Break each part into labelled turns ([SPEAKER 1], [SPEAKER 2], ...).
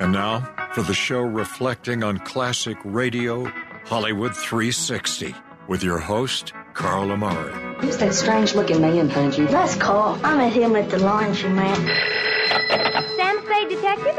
[SPEAKER 1] And now for the show reflecting on classic radio, Hollywood 360, with your host, Carl Amari.
[SPEAKER 2] Who's that strange looking man behind you?
[SPEAKER 3] That's Carl.
[SPEAKER 4] I met him at the laundry man.
[SPEAKER 5] Sam Spade Detective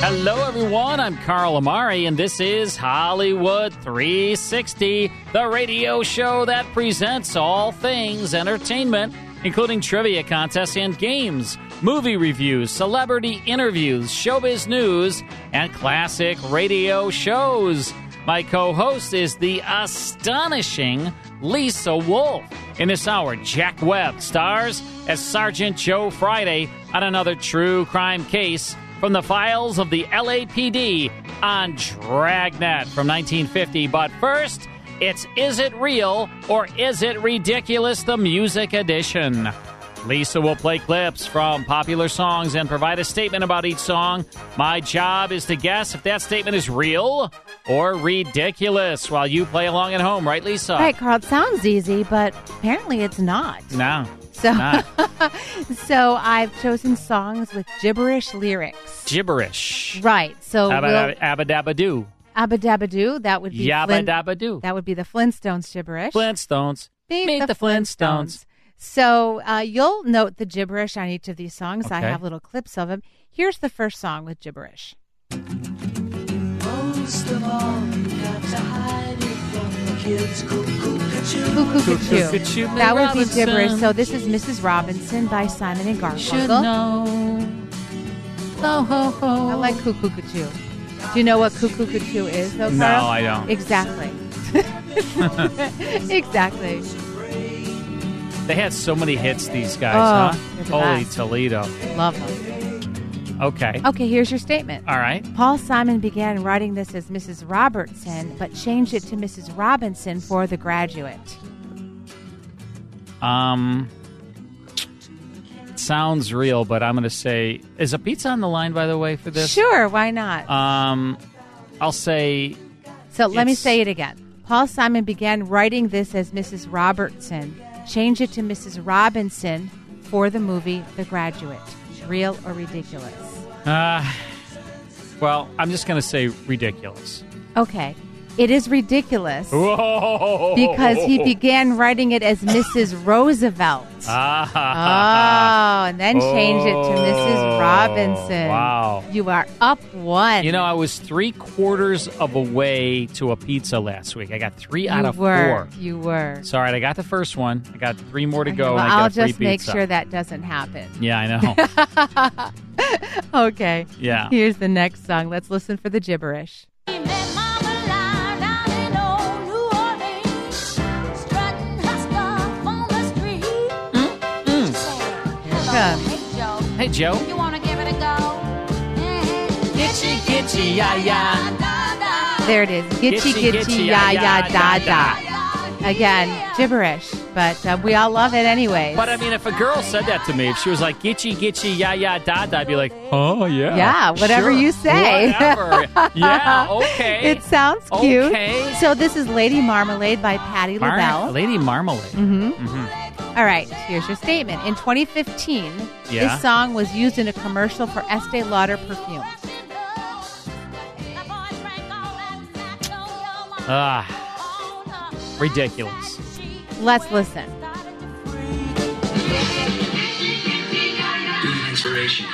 [SPEAKER 6] Hello, everyone. I'm Carl Amari, and this is Hollywood 360, the radio show that presents all things entertainment, including trivia contests and games, movie reviews, celebrity interviews, showbiz news, and classic radio shows. My co host is the astonishing Lisa Wolf. In this hour, Jack Webb stars as Sergeant Joe Friday on another true crime case from the files of the LAPD on Dragnet from 1950. But first, it's Is It Real or Is It Ridiculous? The Music Edition. Lisa will play clips from popular songs and provide a statement about each song. My job is to guess if that statement is real or ridiculous while you play along at home, right, Lisa?
[SPEAKER 7] Right, Carl. It sounds easy, but apparently it's not.
[SPEAKER 6] No.
[SPEAKER 7] So,
[SPEAKER 6] not.
[SPEAKER 7] so I've chosen songs with gibberish lyrics.
[SPEAKER 6] Gibberish.
[SPEAKER 7] Right. So we'll,
[SPEAKER 6] Abba, abba dabba doo.
[SPEAKER 7] Abba Dabba Doo. That would be
[SPEAKER 6] Yabba
[SPEAKER 7] Flint-
[SPEAKER 6] dabba doo.
[SPEAKER 7] That would be the Flintstones gibberish.
[SPEAKER 6] Flintstones.
[SPEAKER 7] Meet,
[SPEAKER 6] the Flintstones.
[SPEAKER 7] So uh, you'll note the gibberish on each of these songs. I
[SPEAKER 6] Okay.
[SPEAKER 7] have little clips of them. Here's the first song with gibberish.
[SPEAKER 8] Most of all, you got to hide it from the kids. Cuckoo,
[SPEAKER 7] Cuckoo,
[SPEAKER 8] cuckoo,
[SPEAKER 7] cuckoo.
[SPEAKER 8] cuckoo.
[SPEAKER 7] That would be gibberish. So this is Mrs. Robinson by Simon and Garfunkel.
[SPEAKER 8] Should
[SPEAKER 7] know. Ho ho ho. I like cuckoo cuckoo. Do you know what cuckoo cuckoo is? Though,
[SPEAKER 6] No,
[SPEAKER 7] Carl?
[SPEAKER 6] I don't.
[SPEAKER 7] Exactly. exactly.
[SPEAKER 6] They had so many hits, these
[SPEAKER 7] Oh,
[SPEAKER 6] guys,
[SPEAKER 7] they're the
[SPEAKER 6] huh? Holy
[SPEAKER 7] best.
[SPEAKER 6] Toledo.
[SPEAKER 7] Love them.
[SPEAKER 6] Okay.
[SPEAKER 7] Okay, here's your statement.
[SPEAKER 6] All right.
[SPEAKER 7] Paul Simon began writing this as Mrs. Robertson, but changed it to Mrs. Robinson for The Graduate.
[SPEAKER 6] Um, it sounds real, but I'm going to say is a pizza on the line. By the way, for this,
[SPEAKER 7] Sure, why not?
[SPEAKER 6] Um, I'll say
[SPEAKER 7] So let me
[SPEAKER 6] It's-
[SPEAKER 7] say it again. Paul Simon began writing this as Mrs. Robertson, changed it to Mrs. Robinson for the movie The Graduate. Real or ridiculous?
[SPEAKER 6] Uh, well, I'm just going to say ridiculous.
[SPEAKER 7] Okay. It is ridiculous
[SPEAKER 6] Whoa!
[SPEAKER 7] because he began writing it as Mrs. Roosevelt.
[SPEAKER 6] Ah.
[SPEAKER 7] Oh, and then change it to Mrs.
[SPEAKER 6] Oh,
[SPEAKER 7] Robinson.
[SPEAKER 6] Wow.
[SPEAKER 7] You are up one.
[SPEAKER 6] You know, I was three quarters of a way to a pizza last week. I got three out
[SPEAKER 7] You
[SPEAKER 6] of
[SPEAKER 7] were.
[SPEAKER 6] four.
[SPEAKER 7] You were.
[SPEAKER 6] It's all right. I got the first one. I got three more to
[SPEAKER 7] Okay,
[SPEAKER 6] go.
[SPEAKER 7] well,
[SPEAKER 6] and I
[SPEAKER 7] I'll
[SPEAKER 6] got a free
[SPEAKER 7] just make
[SPEAKER 6] pizza.
[SPEAKER 7] sure that doesn't happen.
[SPEAKER 6] Yeah, I know.
[SPEAKER 7] Oh. Okay.
[SPEAKER 6] Yeah.
[SPEAKER 7] Here's the next song. Let's listen for the gibberish.
[SPEAKER 9] Hmm.
[SPEAKER 6] Hey, Joe.
[SPEAKER 10] You wanna give it a go? Mm-hmm.
[SPEAKER 6] Gitchy, gitchy, ya, ya.
[SPEAKER 7] There it is. Gitchy,
[SPEAKER 6] Gitchy,
[SPEAKER 7] gitchy,
[SPEAKER 6] gitchy,
[SPEAKER 7] ya,
[SPEAKER 6] ya,
[SPEAKER 7] ya, da,
[SPEAKER 6] da,
[SPEAKER 7] da. Again, gibberish, but uh, we all love it anyways.
[SPEAKER 6] But I mean, if a girl said that to me, if she was like "gitchy gitchy ya ya da da," I'd be like, "Oh yeah,
[SPEAKER 7] Yeah, whatever
[SPEAKER 6] sure,
[SPEAKER 7] you say.
[SPEAKER 6] whatever. yeah, okay."
[SPEAKER 7] It sounds cute.
[SPEAKER 6] Okay.
[SPEAKER 7] So this is Lady Marmalade by Patti
[SPEAKER 6] Mar-
[SPEAKER 7] LaBelle.
[SPEAKER 6] Lady Marmalade.
[SPEAKER 7] Mhm.
[SPEAKER 6] Mhm.
[SPEAKER 7] All right, here's your statement. In 2015,
[SPEAKER 6] Yeah.
[SPEAKER 7] this song was used in a commercial for Estee Lauder perfume.
[SPEAKER 6] Ah, ridiculous.
[SPEAKER 7] Let's listen.
[SPEAKER 11] Inspiration.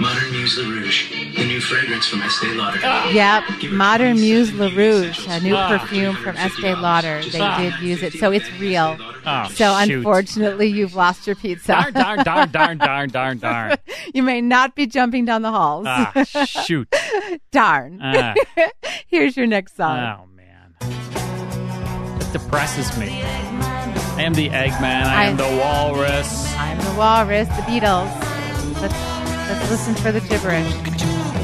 [SPEAKER 11] Modern Muse LaRouche. The new fragrance from Estee Lauder.
[SPEAKER 8] Ah.
[SPEAKER 7] Yep, Modern Muse La Rouge, a new
[SPEAKER 11] Ah.
[SPEAKER 7] perfume from Estee Lauder. They
[SPEAKER 11] Ah.
[SPEAKER 7] did use it, so it's real.
[SPEAKER 6] Oh,
[SPEAKER 7] so
[SPEAKER 6] shoot.
[SPEAKER 7] unfortunately, you've lost your pizza.
[SPEAKER 6] Darn, darn, darn, darn, darn, darn, darn.
[SPEAKER 7] you may not be jumping down the halls.
[SPEAKER 6] Ah, shoot.
[SPEAKER 7] darn.
[SPEAKER 6] Ah.
[SPEAKER 7] Here's your next
[SPEAKER 6] Oh
[SPEAKER 7] song.
[SPEAKER 6] man, that depresses me. I am the Eggman. I, am
[SPEAKER 7] I-
[SPEAKER 6] the Walrus.
[SPEAKER 7] I'm the Walrus, the Beatles. Let's let's listen for the gibberish.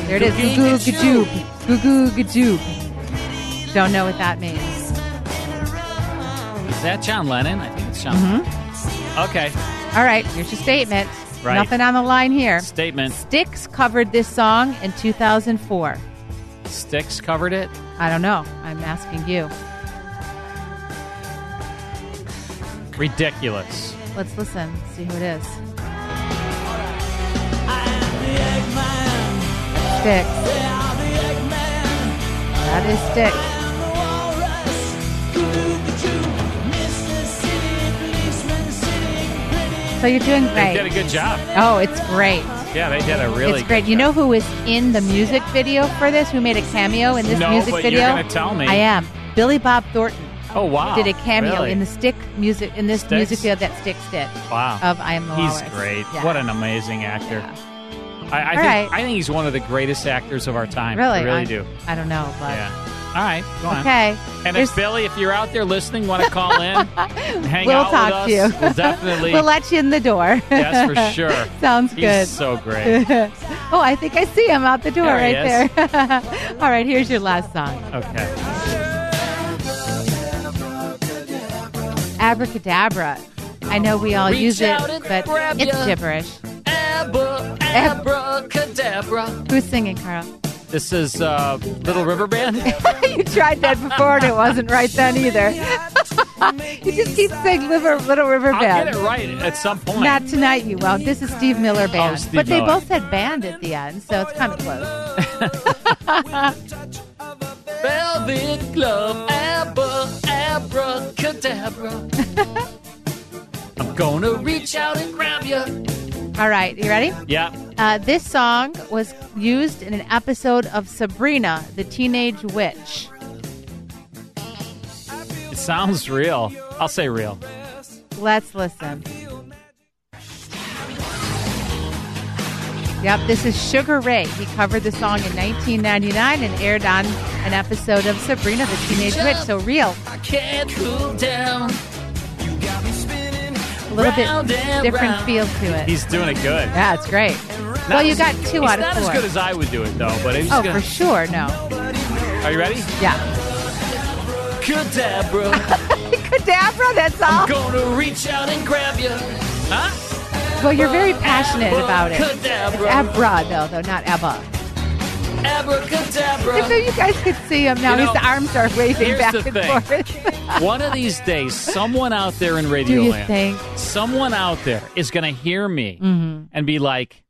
[SPEAKER 7] There it is. Goo goo gajoob. Goo goo gajoob. Don't know what that means.
[SPEAKER 6] Is that John Lennon? I think it's John.
[SPEAKER 7] Mhm.
[SPEAKER 6] Okay.
[SPEAKER 7] All right, here's your statement.
[SPEAKER 6] Right.
[SPEAKER 7] Nothing on the line here.
[SPEAKER 6] Statement.
[SPEAKER 7] Styx covered this song in 2004.
[SPEAKER 6] Sticks covered it.
[SPEAKER 7] I don't know. I'm asking you.
[SPEAKER 6] Ridiculous.
[SPEAKER 7] Let's listen, see who it is. Styx. That is Styx. So you're doing
[SPEAKER 6] They
[SPEAKER 7] great.
[SPEAKER 6] did a good job.
[SPEAKER 7] Oh, it's great.
[SPEAKER 6] Yeah, they did a really
[SPEAKER 7] it's great. You know who is in the music video for this? Who made a cameo in this
[SPEAKER 6] No,
[SPEAKER 7] music
[SPEAKER 6] but you're
[SPEAKER 7] video?
[SPEAKER 6] gonna tell me.
[SPEAKER 7] I am. Billy Bob Thornton.
[SPEAKER 6] Oh, wow.
[SPEAKER 7] Did a cameo
[SPEAKER 6] Really?
[SPEAKER 7] in the stick music in this
[SPEAKER 6] Styx?
[SPEAKER 7] music video that Sticks did.
[SPEAKER 6] Wow.
[SPEAKER 7] Of I Am the
[SPEAKER 6] He's
[SPEAKER 7] Walrus.
[SPEAKER 6] great.
[SPEAKER 7] Yeah.
[SPEAKER 6] What an amazing actor. I, I
[SPEAKER 7] All
[SPEAKER 6] think
[SPEAKER 7] right.
[SPEAKER 6] I think he's one of the greatest actors of our time.
[SPEAKER 7] Really?
[SPEAKER 6] I really
[SPEAKER 7] I-
[SPEAKER 6] do.
[SPEAKER 7] I don't know, but
[SPEAKER 6] Yeah. All right. Go on.
[SPEAKER 7] okay.
[SPEAKER 6] And
[SPEAKER 7] There's-
[SPEAKER 6] if Billy, if you're out there listening, want to call in, hang
[SPEAKER 7] we'll
[SPEAKER 6] out
[SPEAKER 7] talk
[SPEAKER 6] with us.
[SPEAKER 7] to you.
[SPEAKER 6] We'll definitely.
[SPEAKER 7] we'll let you in the door.
[SPEAKER 6] Yes, for sure.
[SPEAKER 7] Sounds
[SPEAKER 6] He's
[SPEAKER 7] good.
[SPEAKER 6] so great.
[SPEAKER 7] oh, I think I see him out the door
[SPEAKER 6] There he
[SPEAKER 7] right there. All right, here's your last song.
[SPEAKER 6] okay.
[SPEAKER 7] Abracadabra. I know we all
[SPEAKER 8] Reach
[SPEAKER 7] use it,
[SPEAKER 8] out and
[SPEAKER 7] but
[SPEAKER 8] grab
[SPEAKER 7] it's
[SPEAKER 8] ya.
[SPEAKER 7] gibberish.
[SPEAKER 8] Abracadabra.
[SPEAKER 7] Who's singing, Carl?
[SPEAKER 6] This is uh, Little River Band.
[SPEAKER 7] you tried that before and it wasn't right then either. you just keep saying Little, Little River
[SPEAKER 6] I'll
[SPEAKER 7] Band.
[SPEAKER 6] get it right at some point. Oh,
[SPEAKER 7] Not tonight, you won't. This is Steve Miller Band.
[SPEAKER 6] Steve
[SPEAKER 7] but they
[SPEAKER 6] Miller.
[SPEAKER 7] both said band at the end, so it's kind of close.
[SPEAKER 8] Velvet glove. Abra, abracadabra.
[SPEAKER 6] I'm going to.
[SPEAKER 8] Reach out and grab ya.
[SPEAKER 7] All right, you ready?
[SPEAKER 6] Yeah.
[SPEAKER 7] Uh, this song was used in an episode of Sabrina, the Teenage Witch.
[SPEAKER 6] It sounds real. I'll say real.
[SPEAKER 7] Let's listen. Yep, this is Sugar Ray. He covered the song in 1999 and aired on an episode of Sabrina the Teenage Witch. So real,
[SPEAKER 8] I can't cool down. You got me spinning.
[SPEAKER 7] a little bit
[SPEAKER 8] round and
[SPEAKER 7] different
[SPEAKER 8] round.
[SPEAKER 7] feel to it.
[SPEAKER 6] He's doing it good.
[SPEAKER 7] Yeah, it's great. Well, you got two
[SPEAKER 6] It's
[SPEAKER 7] out
[SPEAKER 6] not
[SPEAKER 7] of
[SPEAKER 6] as good
[SPEAKER 7] four.
[SPEAKER 6] as I would do it though. But it's
[SPEAKER 7] Oh,
[SPEAKER 6] gonna,
[SPEAKER 7] for sure. No,
[SPEAKER 6] Are you ready?
[SPEAKER 7] yeah.
[SPEAKER 8] Cadabra.
[SPEAKER 7] Cadabra, that's all.
[SPEAKER 8] I'm gonna reach out and grab you. Huh?
[SPEAKER 7] Well, you're very passionate about it. It's Abra, though, though not Abba.
[SPEAKER 8] Abracadabra.
[SPEAKER 7] If you guys could see him now,
[SPEAKER 6] You know,
[SPEAKER 7] his arms are waving
[SPEAKER 6] here's
[SPEAKER 7] back
[SPEAKER 6] the
[SPEAKER 7] and
[SPEAKER 6] thing.
[SPEAKER 7] forth.
[SPEAKER 6] One of these days, someone out there in Radio
[SPEAKER 7] Do you
[SPEAKER 6] Land,
[SPEAKER 7] think?
[SPEAKER 6] someone out there is going to hear me
[SPEAKER 7] Mm-hmm.
[SPEAKER 6] and be like,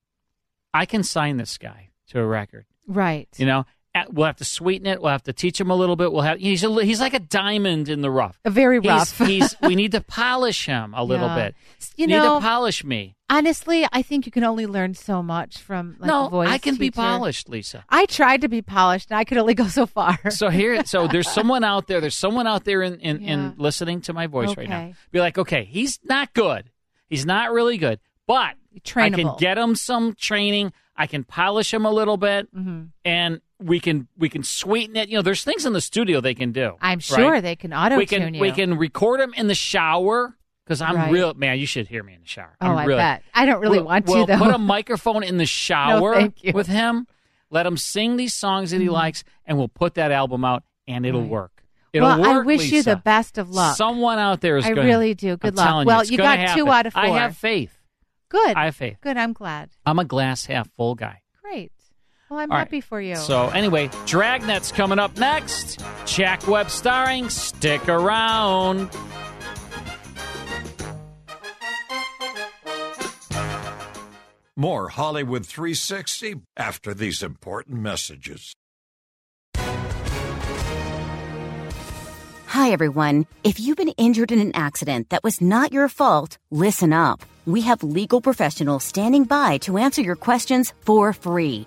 [SPEAKER 6] "I can sign this guy to a record."
[SPEAKER 7] Right.
[SPEAKER 6] You know, At- we'll have to sweeten it. We'll have to teach him a little bit. We'll have he's a, li- he's like a diamond in the rough.
[SPEAKER 7] Very
[SPEAKER 6] He's-
[SPEAKER 7] rough.
[SPEAKER 6] He's, we need to polish him a little
[SPEAKER 7] Yeah.
[SPEAKER 6] bit.
[SPEAKER 7] You
[SPEAKER 6] need
[SPEAKER 7] know-
[SPEAKER 6] to polish me.
[SPEAKER 7] Honestly, I think you can only learn so much from like
[SPEAKER 6] no,
[SPEAKER 7] a voice.
[SPEAKER 6] I can be
[SPEAKER 7] teacher.
[SPEAKER 6] polished, Lisa.
[SPEAKER 7] I tried to be polished, and I could only go so far.
[SPEAKER 6] So here, so there's someone out there. There's someone out there in in,
[SPEAKER 7] Yeah.
[SPEAKER 6] in listening to my voice right now.
[SPEAKER 7] Okay.
[SPEAKER 6] Be like, okay, he's not good. He's not really good, but I can
[SPEAKER 7] Trainable.
[SPEAKER 6] get him some training. I can polish him a little bit,
[SPEAKER 7] Mm-hmm.
[SPEAKER 6] and we can we can sweeten it. You know, there's things in the studio they can do.
[SPEAKER 7] I'm
[SPEAKER 6] right?
[SPEAKER 7] sure they can auto
[SPEAKER 6] we can
[SPEAKER 7] tune you.
[SPEAKER 6] we can record him in the shower because I'm
[SPEAKER 7] Right.
[SPEAKER 6] real man. You should hear me in the shower.
[SPEAKER 7] Oh,
[SPEAKER 6] I'm
[SPEAKER 7] I
[SPEAKER 6] really,
[SPEAKER 7] bet. I don't really
[SPEAKER 6] We'll-
[SPEAKER 7] want to
[SPEAKER 6] we'll
[SPEAKER 7] though.
[SPEAKER 6] put a microphone in the shower
[SPEAKER 7] thank you. Mm-hmm.
[SPEAKER 6] with him. Let him sing these songs that he likes, and we'll put that album out, and it'll work. It'll
[SPEAKER 7] well, I
[SPEAKER 6] work,
[SPEAKER 7] wish you
[SPEAKER 6] Lisa.
[SPEAKER 7] the best of luck.
[SPEAKER 6] Someone out there is.
[SPEAKER 7] I
[SPEAKER 6] gonna,
[SPEAKER 7] really do. Good
[SPEAKER 6] I'm
[SPEAKER 7] luck.
[SPEAKER 6] telling
[SPEAKER 7] Well,
[SPEAKER 6] it's
[SPEAKER 7] you
[SPEAKER 6] gonna
[SPEAKER 7] got
[SPEAKER 6] happen.
[SPEAKER 7] two out of
[SPEAKER 6] I
[SPEAKER 7] four.
[SPEAKER 6] have faith.
[SPEAKER 7] Good.
[SPEAKER 6] I have faith.
[SPEAKER 7] Good. I'm glad.
[SPEAKER 6] I'm a glass half full guy.
[SPEAKER 7] Great. Well, I'm
[SPEAKER 6] All right.
[SPEAKER 7] happy for you.
[SPEAKER 6] So anyway, Dragnet's coming up next. Jack Webb starring. Stick around.
[SPEAKER 1] More Hollywood 360 after these important messages.
[SPEAKER 12] Hi, everyone. If you've been injured in an accident that was not your fault, listen up. We have legal professionals standing by to answer your questions for free.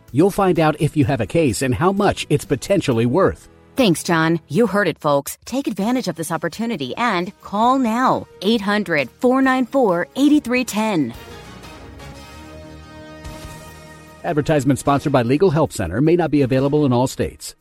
[SPEAKER 10] You'll find out if you have a case and how much it's potentially worth.
[SPEAKER 12] Thanks, John. You heard it, folks. Take advantage of this opportunity and call now 800 494 8310.
[SPEAKER 10] Advertisement sponsored by Legal Help Center may not be available in all states.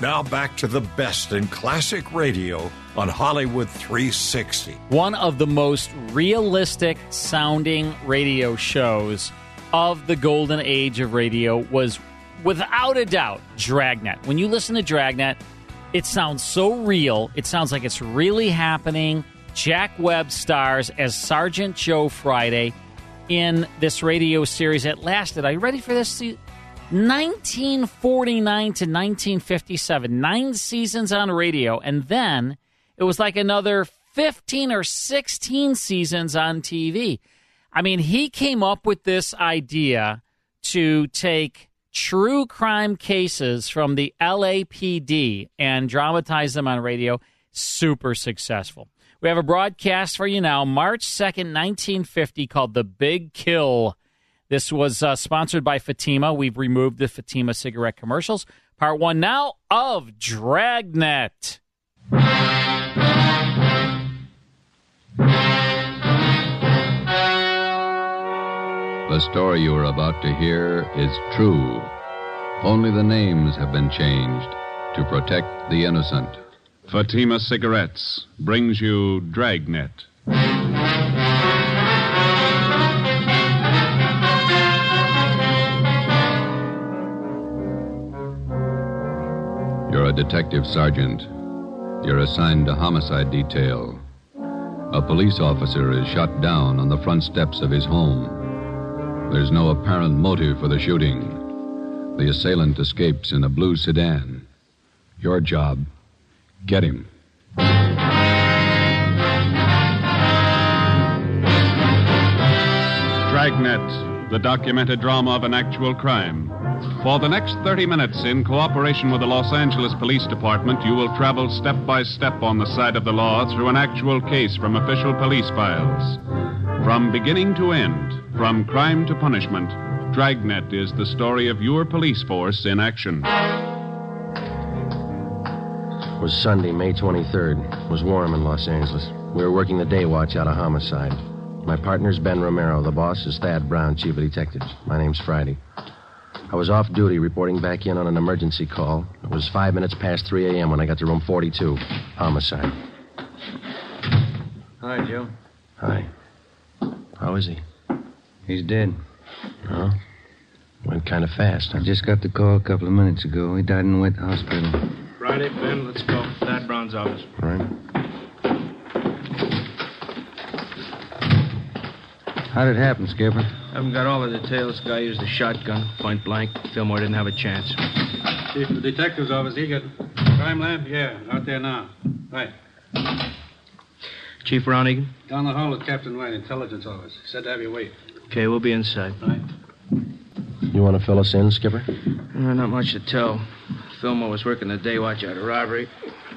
[SPEAKER 1] Now back to the best in classic radio on Hollywood 360.
[SPEAKER 6] One of the most realistic sounding radio shows of the golden age of radio was without a doubt Dragnet. When you listen to Dragnet, it sounds so real. It sounds like it's really happening. Jack Webb stars as Sergeant Joe Friday in this radio series that lasted. Are you ready for this? 1949 to 1957, nine seasons on radio, and then it was like another 15 or 16 seasons on TV. I mean, he came up with this idea to take true crime cases from the LAPD and dramatize them on radio. Super successful. We have a broadcast for you now, March 2nd, 1950, called The Big Kill. This was uh, sponsored by Fatima. We've removed the Fatima cigarette commercials. Part one now of Dragnet.
[SPEAKER 13] The story you are about to hear is true. Only the names have been changed to protect the innocent.
[SPEAKER 14] Fatima Cigarettes brings you Dragnet.
[SPEAKER 13] You're a detective sergeant. You're assigned to homicide detail. A police officer is shot down on the front steps of his home. There's no apparent motive for the shooting. The assailant escapes in a blue sedan. Your job get him.
[SPEAKER 14] Dragnet, the documented drama of an actual crime. For the next 30 minutes, in cooperation with the Los Angeles Police Department, you will travel step by step on the side of the law through an actual case from official police files. From beginning to end, from crime to punishment, Dragnet is the story of your police force in action.
[SPEAKER 15] It was Sunday, May 23rd. It was warm in Los Angeles. We were working the day watch out of homicide. My partner's Ben Romero. The boss is Thad Brown, chief of detectives. My name's Friday. I was off duty reporting back in on an emergency call. It was five minutes past 3 a.m. when I got to room 42. Homicide.
[SPEAKER 16] Hi, Joe.
[SPEAKER 15] Hi. How is he?
[SPEAKER 16] He's dead.
[SPEAKER 15] Oh? Went kind of fast, huh?
[SPEAKER 16] I just got the call a couple of minutes ago. He died and went to hospital.
[SPEAKER 17] Friday, Ben, let's go. Thad Brown's office.
[SPEAKER 15] All right.
[SPEAKER 16] How'd it happen, Skipper?
[SPEAKER 17] Haven't got all the details. Guy used a shotgun, point blank. Fillmore didn't have a chance.
[SPEAKER 18] Chief of the detective's office, he got crime lab? Yeah, out there now. Right.
[SPEAKER 17] Chief Browning?
[SPEAKER 18] Down the hall at Captain White, intelligence office. Said to have you wait.
[SPEAKER 17] Okay, we'll be inside.
[SPEAKER 18] Right.
[SPEAKER 15] You want to fill us in, Skipper?
[SPEAKER 17] Uh, not much to tell. Fillmore was working the day watch out of robbery.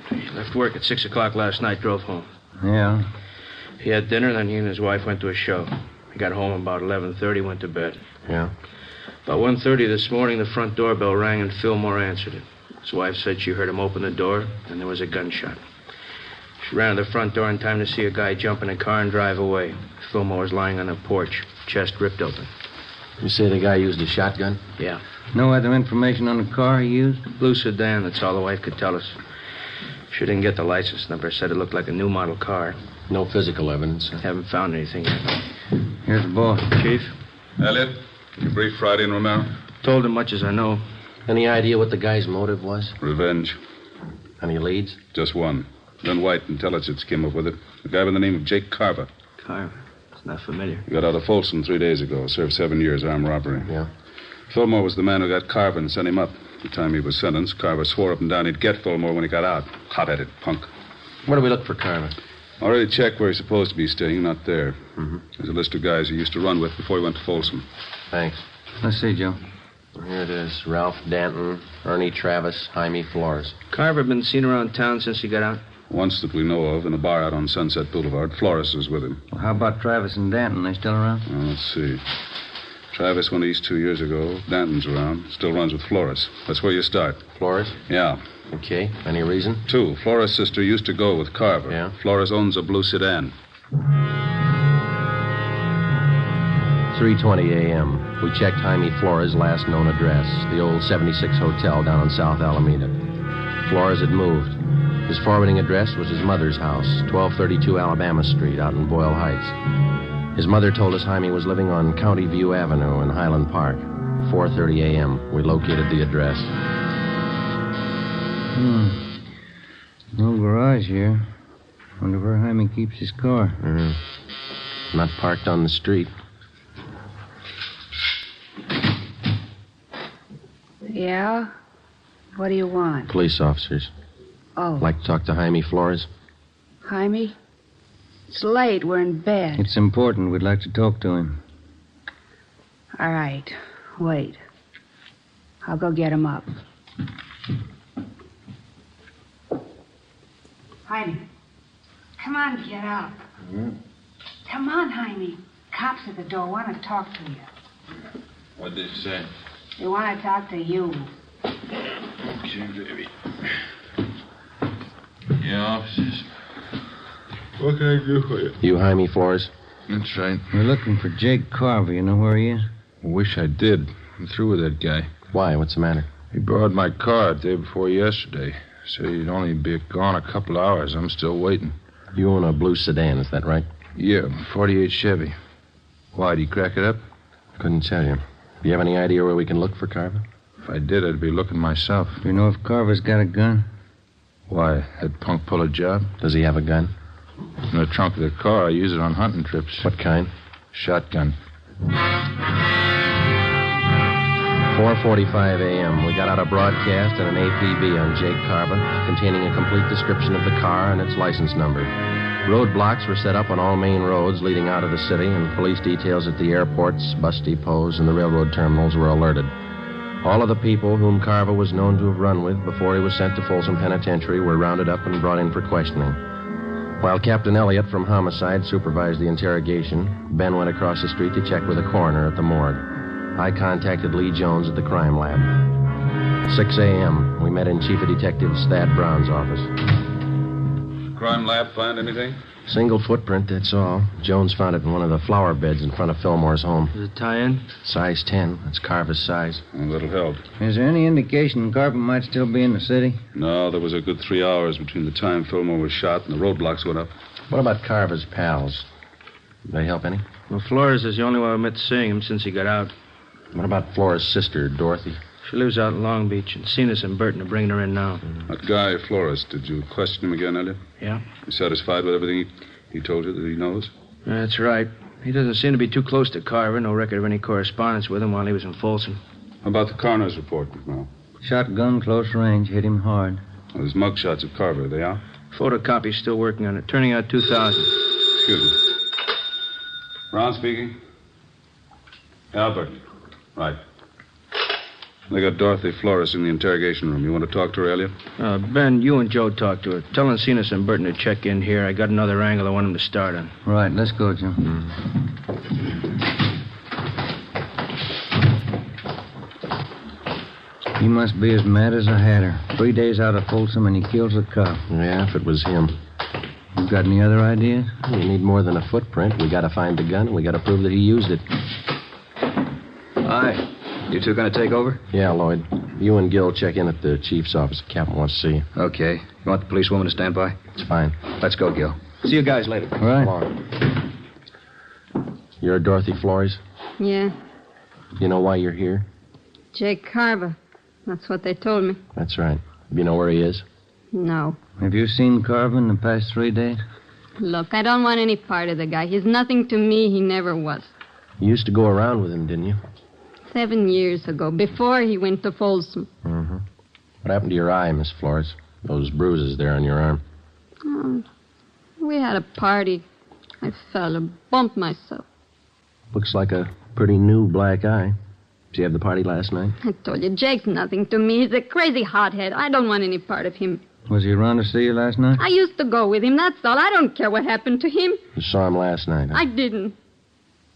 [SPEAKER 17] He left work at 6 o'clock last night, drove home.
[SPEAKER 16] Yeah.
[SPEAKER 17] He had dinner, then he and his wife went to a show. He got home about 11.30, went to bed.
[SPEAKER 15] Yeah.
[SPEAKER 17] About 1.30 this morning, the front doorbell rang and Fillmore answered it. His wife said she heard him open the door, and there was a gunshot. She ran to the front door in time to see a guy jump in a car and drive away. Fillmore was lying on the porch, chest ripped open.
[SPEAKER 15] You say the guy used a shotgun?
[SPEAKER 17] Yeah.
[SPEAKER 16] No other information on the car he used?
[SPEAKER 17] Blue sedan, that's all the wife could tell us. She didn't get the license number, said it looked like a new model car.
[SPEAKER 15] No physical evidence? Huh?
[SPEAKER 17] Haven't found anything yet.
[SPEAKER 16] Here's the boss.
[SPEAKER 17] Chief?
[SPEAKER 14] Elliot, you briefed Friday and Romero?
[SPEAKER 17] Told him much as I know.
[SPEAKER 15] Any idea what the guy's motive was?
[SPEAKER 14] Revenge.
[SPEAKER 15] Any leads?
[SPEAKER 14] Just one. Then White Intelligence came up with it. A guy by the name of Jake Carver.
[SPEAKER 17] Carver? It's not familiar.
[SPEAKER 14] He got out of Folsom three days ago. Served seven years armed robbery.
[SPEAKER 15] Yeah.
[SPEAKER 14] Fillmore was the man who got Carver and sent him up. By the time he was sentenced, Carver swore up and down he'd get Fillmore when he got out. Hot headed punk.
[SPEAKER 15] Where do we look for Carver?
[SPEAKER 14] Already checked where he's supposed to be staying, not there.
[SPEAKER 15] Mm-hmm.
[SPEAKER 14] There's a list of guys he used to run with before he went to Folsom.
[SPEAKER 15] Thanks.
[SPEAKER 16] Let's see, Joe.
[SPEAKER 15] Here it is. Ralph Danton, Ernie Travis, Jaime Flores.
[SPEAKER 17] Carver been seen around town since he got out?
[SPEAKER 14] Once that we know of, in a bar out on Sunset Boulevard. Flores was with him.
[SPEAKER 15] Uh,
[SPEAKER 16] Well, how about Travis and Danton? They still around?
[SPEAKER 14] Well, let's see.
[SPEAKER 3] Travis went east two years ago. Danton's around. Still runs with Flores. That's where you start.
[SPEAKER 15] Flores?
[SPEAKER 3] Yeah.
[SPEAKER 15] Okay. Any reason?
[SPEAKER 3] Two. Flores' sister used to go with Carver.
[SPEAKER 15] Yeah.
[SPEAKER 3] Flores owns a blue sedan.
[SPEAKER 15] 3:20 a.m. We checked Jaime Flores' last known address, the old 76 Hotel down in South Alameda. Flores had moved. His forwarding address was his mother's house, 1232 Alabama Street, out in Boyle Heights. His mother told us Jaime was living on County View Avenue in Highland Park. 4:30 a.m. We located the address.
[SPEAKER 16] Hmm. No garage here. Wonder where Jaime keeps his car.
[SPEAKER 15] Mm-hmm. Not parked on the street.
[SPEAKER 19] Yeah? What do you want?
[SPEAKER 15] Police officers.
[SPEAKER 19] Oh,
[SPEAKER 15] Like to talk to Jaime Flores?
[SPEAKER 19] Jaime? It's late. We're in bed.
[SPEAKER 16] It's important. We'd like to talk to him.
[SPEAKER 19] All right. Wait. I'll go get him up.
[SPEAKER 4] Jaime. Come on, get up. Come on, Jaime. Cops at the door want to talk to you.
[SPEAKER 8] What did you say?
[SPEAKER 4] They want to talk to you.
[SPEAKER 8] Okay, baby. Yeah, officers.
[SPEAKER 16] What can I do for you?
[SPEAKER 15] You, Jaime Flores?
[SPEAKER 16] That's right. We're looking for Jake Carver. You know where he is?
[SPEAKER 8] Wish I did. I'm through with that guy.
[SPEAKER 15] Why? What's the matter?
[SPEAKER 8] He borrowed my car the day before yesterday. Said he'd only be gone a couple hours. I'm still waiting.
[SPEAKER 15] You own a blue sedan, is that right?
[SPEAKER 8] Yeah, 48 Chevy. Why'd he crack it up?
[SPEAKER 15] Couldn't tell you. Do you have any idea where we can look for Carver?
[SPEAKER 8] If I did, I'd be looking myself.
[SPEAKER 16] Do you know if Carver's got a gun?
[SPEAKER 8] Why, that punk pull a job?
[SPEAKER 15] Does he have a gun?
[SPEAKER 8] In the trunk of the car, I use it on hunting trips.
[SPEAKER 15] What kind?
[SPEAKER 8] Shotgun.
[SPEAKER 15] 4:45 a.m. We got out a broadcast and an APB on Jake Carver, containing a complete description of the car and its license number. Roadblocks were set up on all main roads leading out of the city, and police details at the airports, bus depots, and the railroad terminals were alerted. All of the people whom Carver was known to have run with before he was sent to Folsom Penitentiary were rounded up and brought in for questioning. While Captain Elliott from Homicide supervised the interrogation, Ben went across the street to check with the coroner at the morgue. I contacted Lee Jones at the crime lab. 6 a.m., we met in Chief of Detectives Thad Brown's office.
[SPEAKER 3] Crime lab find anything?
[SPEAKER 15] Single footprint, that's all. Jones found it in one of the flower beds in front of Fillmore's home.
[SPEAKER 17] Is it tie in?
[SPEAKER 15] Size 10. That's Carver's size.
[SPEAKER 3] A little help.
[SPEAKER 16] Is there any indication Carver might still be in the city?
[SPEAKER 3] No, there was a good three hours between the time Fillmore was shot and the roadblocks went up.
[SPEAKER 15] What about Carver's pals? Did they help any?
[SPEAKER 17] Well, Flores is the only one I admit seeing him since he got out.
[SPEAKER 15] What about Flora's sister, Dorothy?
[SPEAKER 17] She lives out in Long Beach, and Cena's and Burton are bringing her in now.
[SPEAKER 3] That guy, Flores, did you question him again, Elliot?
[SPEAKER 17] Yeah?
[SPEAKER 3] You satisfied with everything he, he told you that he knows?
[SPEAKER 17] That's right. He doesn't seem to be too close to Carver. No record of any correspondence with him while he was in Folsom.
[SPEAKER 3] How about the coroner's report, now?
[SPEAKER 16] Shotgun close range hit him hard.
[SPEAKER 3] There's mugshots of Carver, they are?
[SPEAKER 17] Photocopy's still working on it, turning out 2,000.
[SPEAKER 3] Excuse me. Brown speaking. Albert. Right. They got Dorothy Flores in the interrogation room. You want to talk to her, Elliot?
[SPEAKER 17] Uh, ben, you and Joe talk to her. Tell Encinas and Burton to check in here. I got another angle I want them to start on.
[SPEAKER 16] Right, let's go, Joe. He must be as mad as a hatter. Three days out of Folsom and he kills a cop.
[SPEAKER 15] Yeah, if it was him.
[SPEAKER 16] You got any other ideas?
[SPEAKER 15] We need more than a footprint. We gotta find the gun, and we gotta prove that he used it.
[SPEAKER 13] Hi. You two gonna take over?
[SPEAKER 15] Yeah, Lloyd. You and Gil check in at the chief's office. The captain wants to see you.
[SPEAKER 13] Okay. You want the policewoman to stand by?
[SPEAKER 15] It's fine.
[SPEAKER 13] Let's go, Gil. See you guys later.
[SPEAKER 16] All right.
[SPEAKER 15] You're Dorothy Flores.
[SPEAKER 20] Yeah,
[SPEAKER 15] You know why you're here?
[SPEAKER 20] Jake Carver. That's what they told me.
[SPEAKER 15] That's right. You know where he is?
[SPEAKER 20] No.
[SPEAKER 16] Have you seen Carver in the past three days?
[SPEAKER 20] Look, I don't want any part of the guy. He's nothing to me. He never was.
[SPEAKER 15] You used to go around with him, didn't you?
[SPEAKER 20] Seven years ago, before he went to Folsom.
[SPEAKER 15] Mm-hmm. What happened to your eye, Miss Flores? Those bruises there on your arm.
[SPEAKER 20] Oh, we had a party. I fell and bumped myself.
[SPEAKER 15] Looks like a pretty new black eye. Did you have the party last night?
[SPEAKER 20] I told you, Jake's nothing to me. He's a crazy hothead. I don't want any part of him.
[SPEAKER 16] Was he around to see you last night?
[SPEAKER 20] I used to go with him, that's all. I don't care what happened to him.
[SPEAKER 15] You saw him last night. huh?
[SPEAKER 20] I didn't.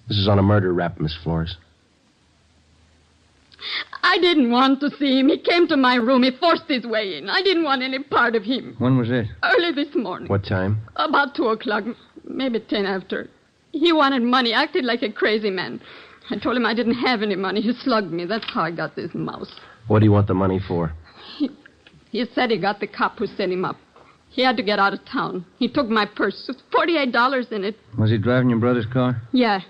[SPEAKER 15] This is on a murder rap, Miss Flores.
[SPEAKER 21] I didn't want to see him. He came to my room. He forced his way in. I didn't want any part of him.
[SPEAKER 16] When was it?
[SPEAKER 21] Early this morning,
[SPEAKER 15] What time?
[SPEAKER 21] about two o'clock, m- maybe ten after. He wanted money, acted like a crazy man. I told him I didn't have any money. He slugged me. That's how I got this mouse.
[SPEAKER 15] What do you want the money for?
[SPEAKER 21] He said he got the cop who sent him up. He had to get out of town. He took my purse. It was $48 in it.
[SPEAKER 16] Was he driving your brother's car?
[SPEAKER 21] Yeah.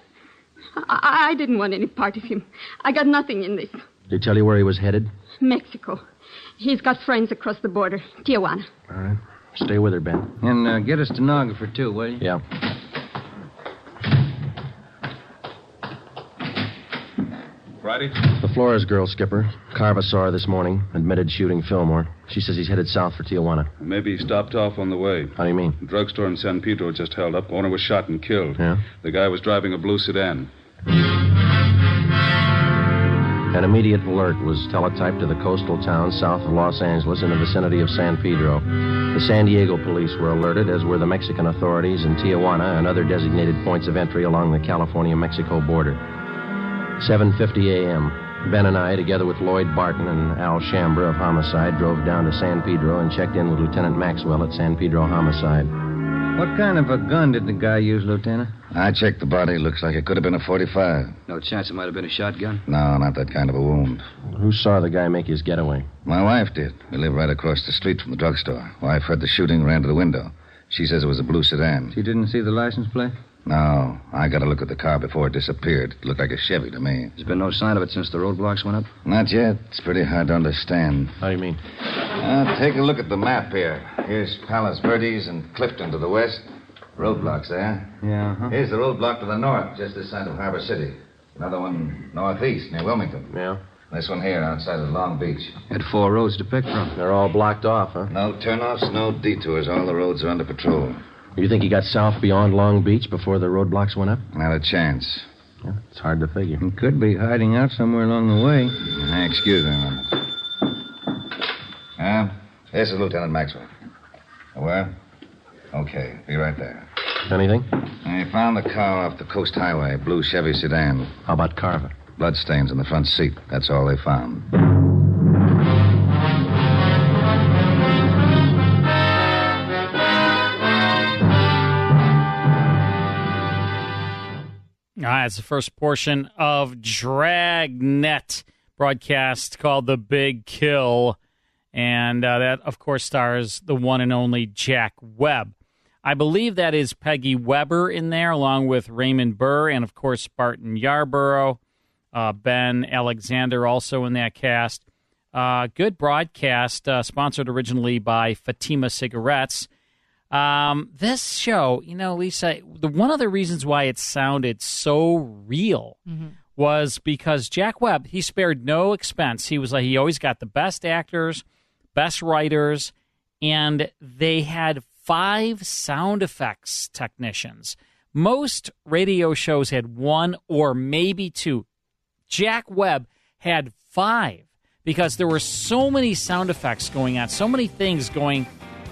[SPEAKER 21] I, I didn't want any part of him. I got nothing in this.
[SPEAKER 15] Did he tell you where he was headed?
[SPEAKER 21] Mexico. He's got friends across the border. Tijuana.
[SPEAKER 15] All right. Stay with her, Ben.
[SPEAKER 16] And uh, get a stenographer, too, will you?
[SPEAKER 15] Yeah.
[SPEAKER 14] Friday?
[SPEAKER 15] The Flores girl, Skipper, Carva saw her this morning, admitted shooting Fillmore. She says he's headed south for Tijuana.
[SPEAKER 3] Maybe he stopped off on the way.
[SPEAKER 15] How do you mean?
[SPEAKER 3] Drugstore in San Pedro just held up. Owner was shot and killed.
[SPEAKER 15] Yeah?
[SPEAKER 3] The guy was driving a blue sedan.
[SPEAKER 15] An immediate alert was teletyped to the coastal town south of Los Angeles in the vicinity of San Pedro. The San Diego police were alerted, as were the Mexican authorities in Tijuana and other designated points of entry along the California-Mexico border. 7:50 a.m. Ben and I, together with Lloyd Barton and Al Shambra of Homicide, drove down to San Pedro and checked in with Lieutenant Maxwell at San Pedro Homicide.
[SPEAKER 16] What kind of a gun did the guy use, Lieutenant?
[SPEAKER 22] I checked the body. Looks like it could have been a 45.
[SPEAKER 2] No chance it might have been a shotgun.
[SPEAKER 22] No, not that kind of a wound.
[SPEAKER 15] Who saw the guy make his getaway?
[SPEAKER 22] My wife did. We live right across the street from the drugstore. Wife heard the shooting, ran to the window. She says it was a blue sedan.
[SPEAKER 16] She didn't see the license plate?
[SPEAKER 22] No, I got a look at the car before it disappeared. It looked like a Chevy to me.
[SPEAKER 2] There's been no sign of it since the roadblocks went up.
[SPEAKER 22] Not yet. It's pretty hard to understand.
[SPEAKER 15] How do you mean?
[SPEAKER 22] Uh, take a look at the map here. Here's Palos Verdes and Clifton to the west. Roadblocks there.
[SPEAKER 15] Uh-huh.
[SPEAKER 16] Yeah, uh-huh. huh?
[SPEAKER 22] Here's the roadblock to the north, just this side of Harbor City. Another one northeast near Wilmington.
[SPEAKER 15] Yeah.
[SPEAKER 22] This one here outside of Long Beach.
[SPEAKER 2] Had four roads to pick from.
[SPEAKER 15] They're all blocked off, huh?
[SPEAKER 22] No turnoffs, no detours. All the roads are under patrol.
[SPEAKER 15] You think he got south beyond Long Beach before the roadblocks went up?
[SPEAKER 22] Not a chance.
[SPEAKER 15] Yeah, it's hard to figure.
[SPEAKER 16] He could be hiding out somewhere along the way.
[SPEAKER 22] Hey, excuse me a minute. Uh, this is Lieutenant Maxwell. Well, okay, be right there.
[SPEAKER 15] Anything?
[SPEAKER 22] I found the car off the Coast Highway, blue Chevy sedan.
[SPEAKER 15] How about Carver?
[SPEAKER 22] Bloodstains in the front seat. That's all they found.
[SPEAKER 6] All right, it's the first portion of Dragnet broadcast called The Big Kill. And uh, that, of course, stars the one and only Jack Webb. I believe that is Peggy Weber in there, along with Raymond Burr and, of course, Barton Yarborough. Uh, ben Alexander also in that cast. Uh, good broadcast, uh, sponsored originally by Fatima Cigarettes. Um, this show, you know, Lisa, the one of the reasons why it sounded so real was because Jack Webb he spared no expense. He was like he always got the best actors, best writers, and they had five sound effects technicians. Most radio shows had one or maybe two. Jack Webb had five because there were so many sound effects going on, so many things going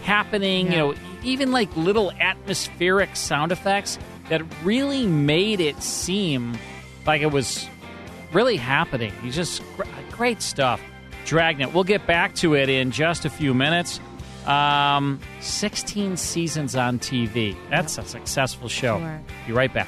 [SPEAKER 6] happening, you know, even like little atmospheric sound effects that really made it seem like it was really happening. You just gr- great stuff. Dragnet. We'll get back to it in just a few minutes. Um, 16 seasons on TV. That's a successful show.
[SPEAKER 8] Sure.
[SPEAKER 6] Be right back.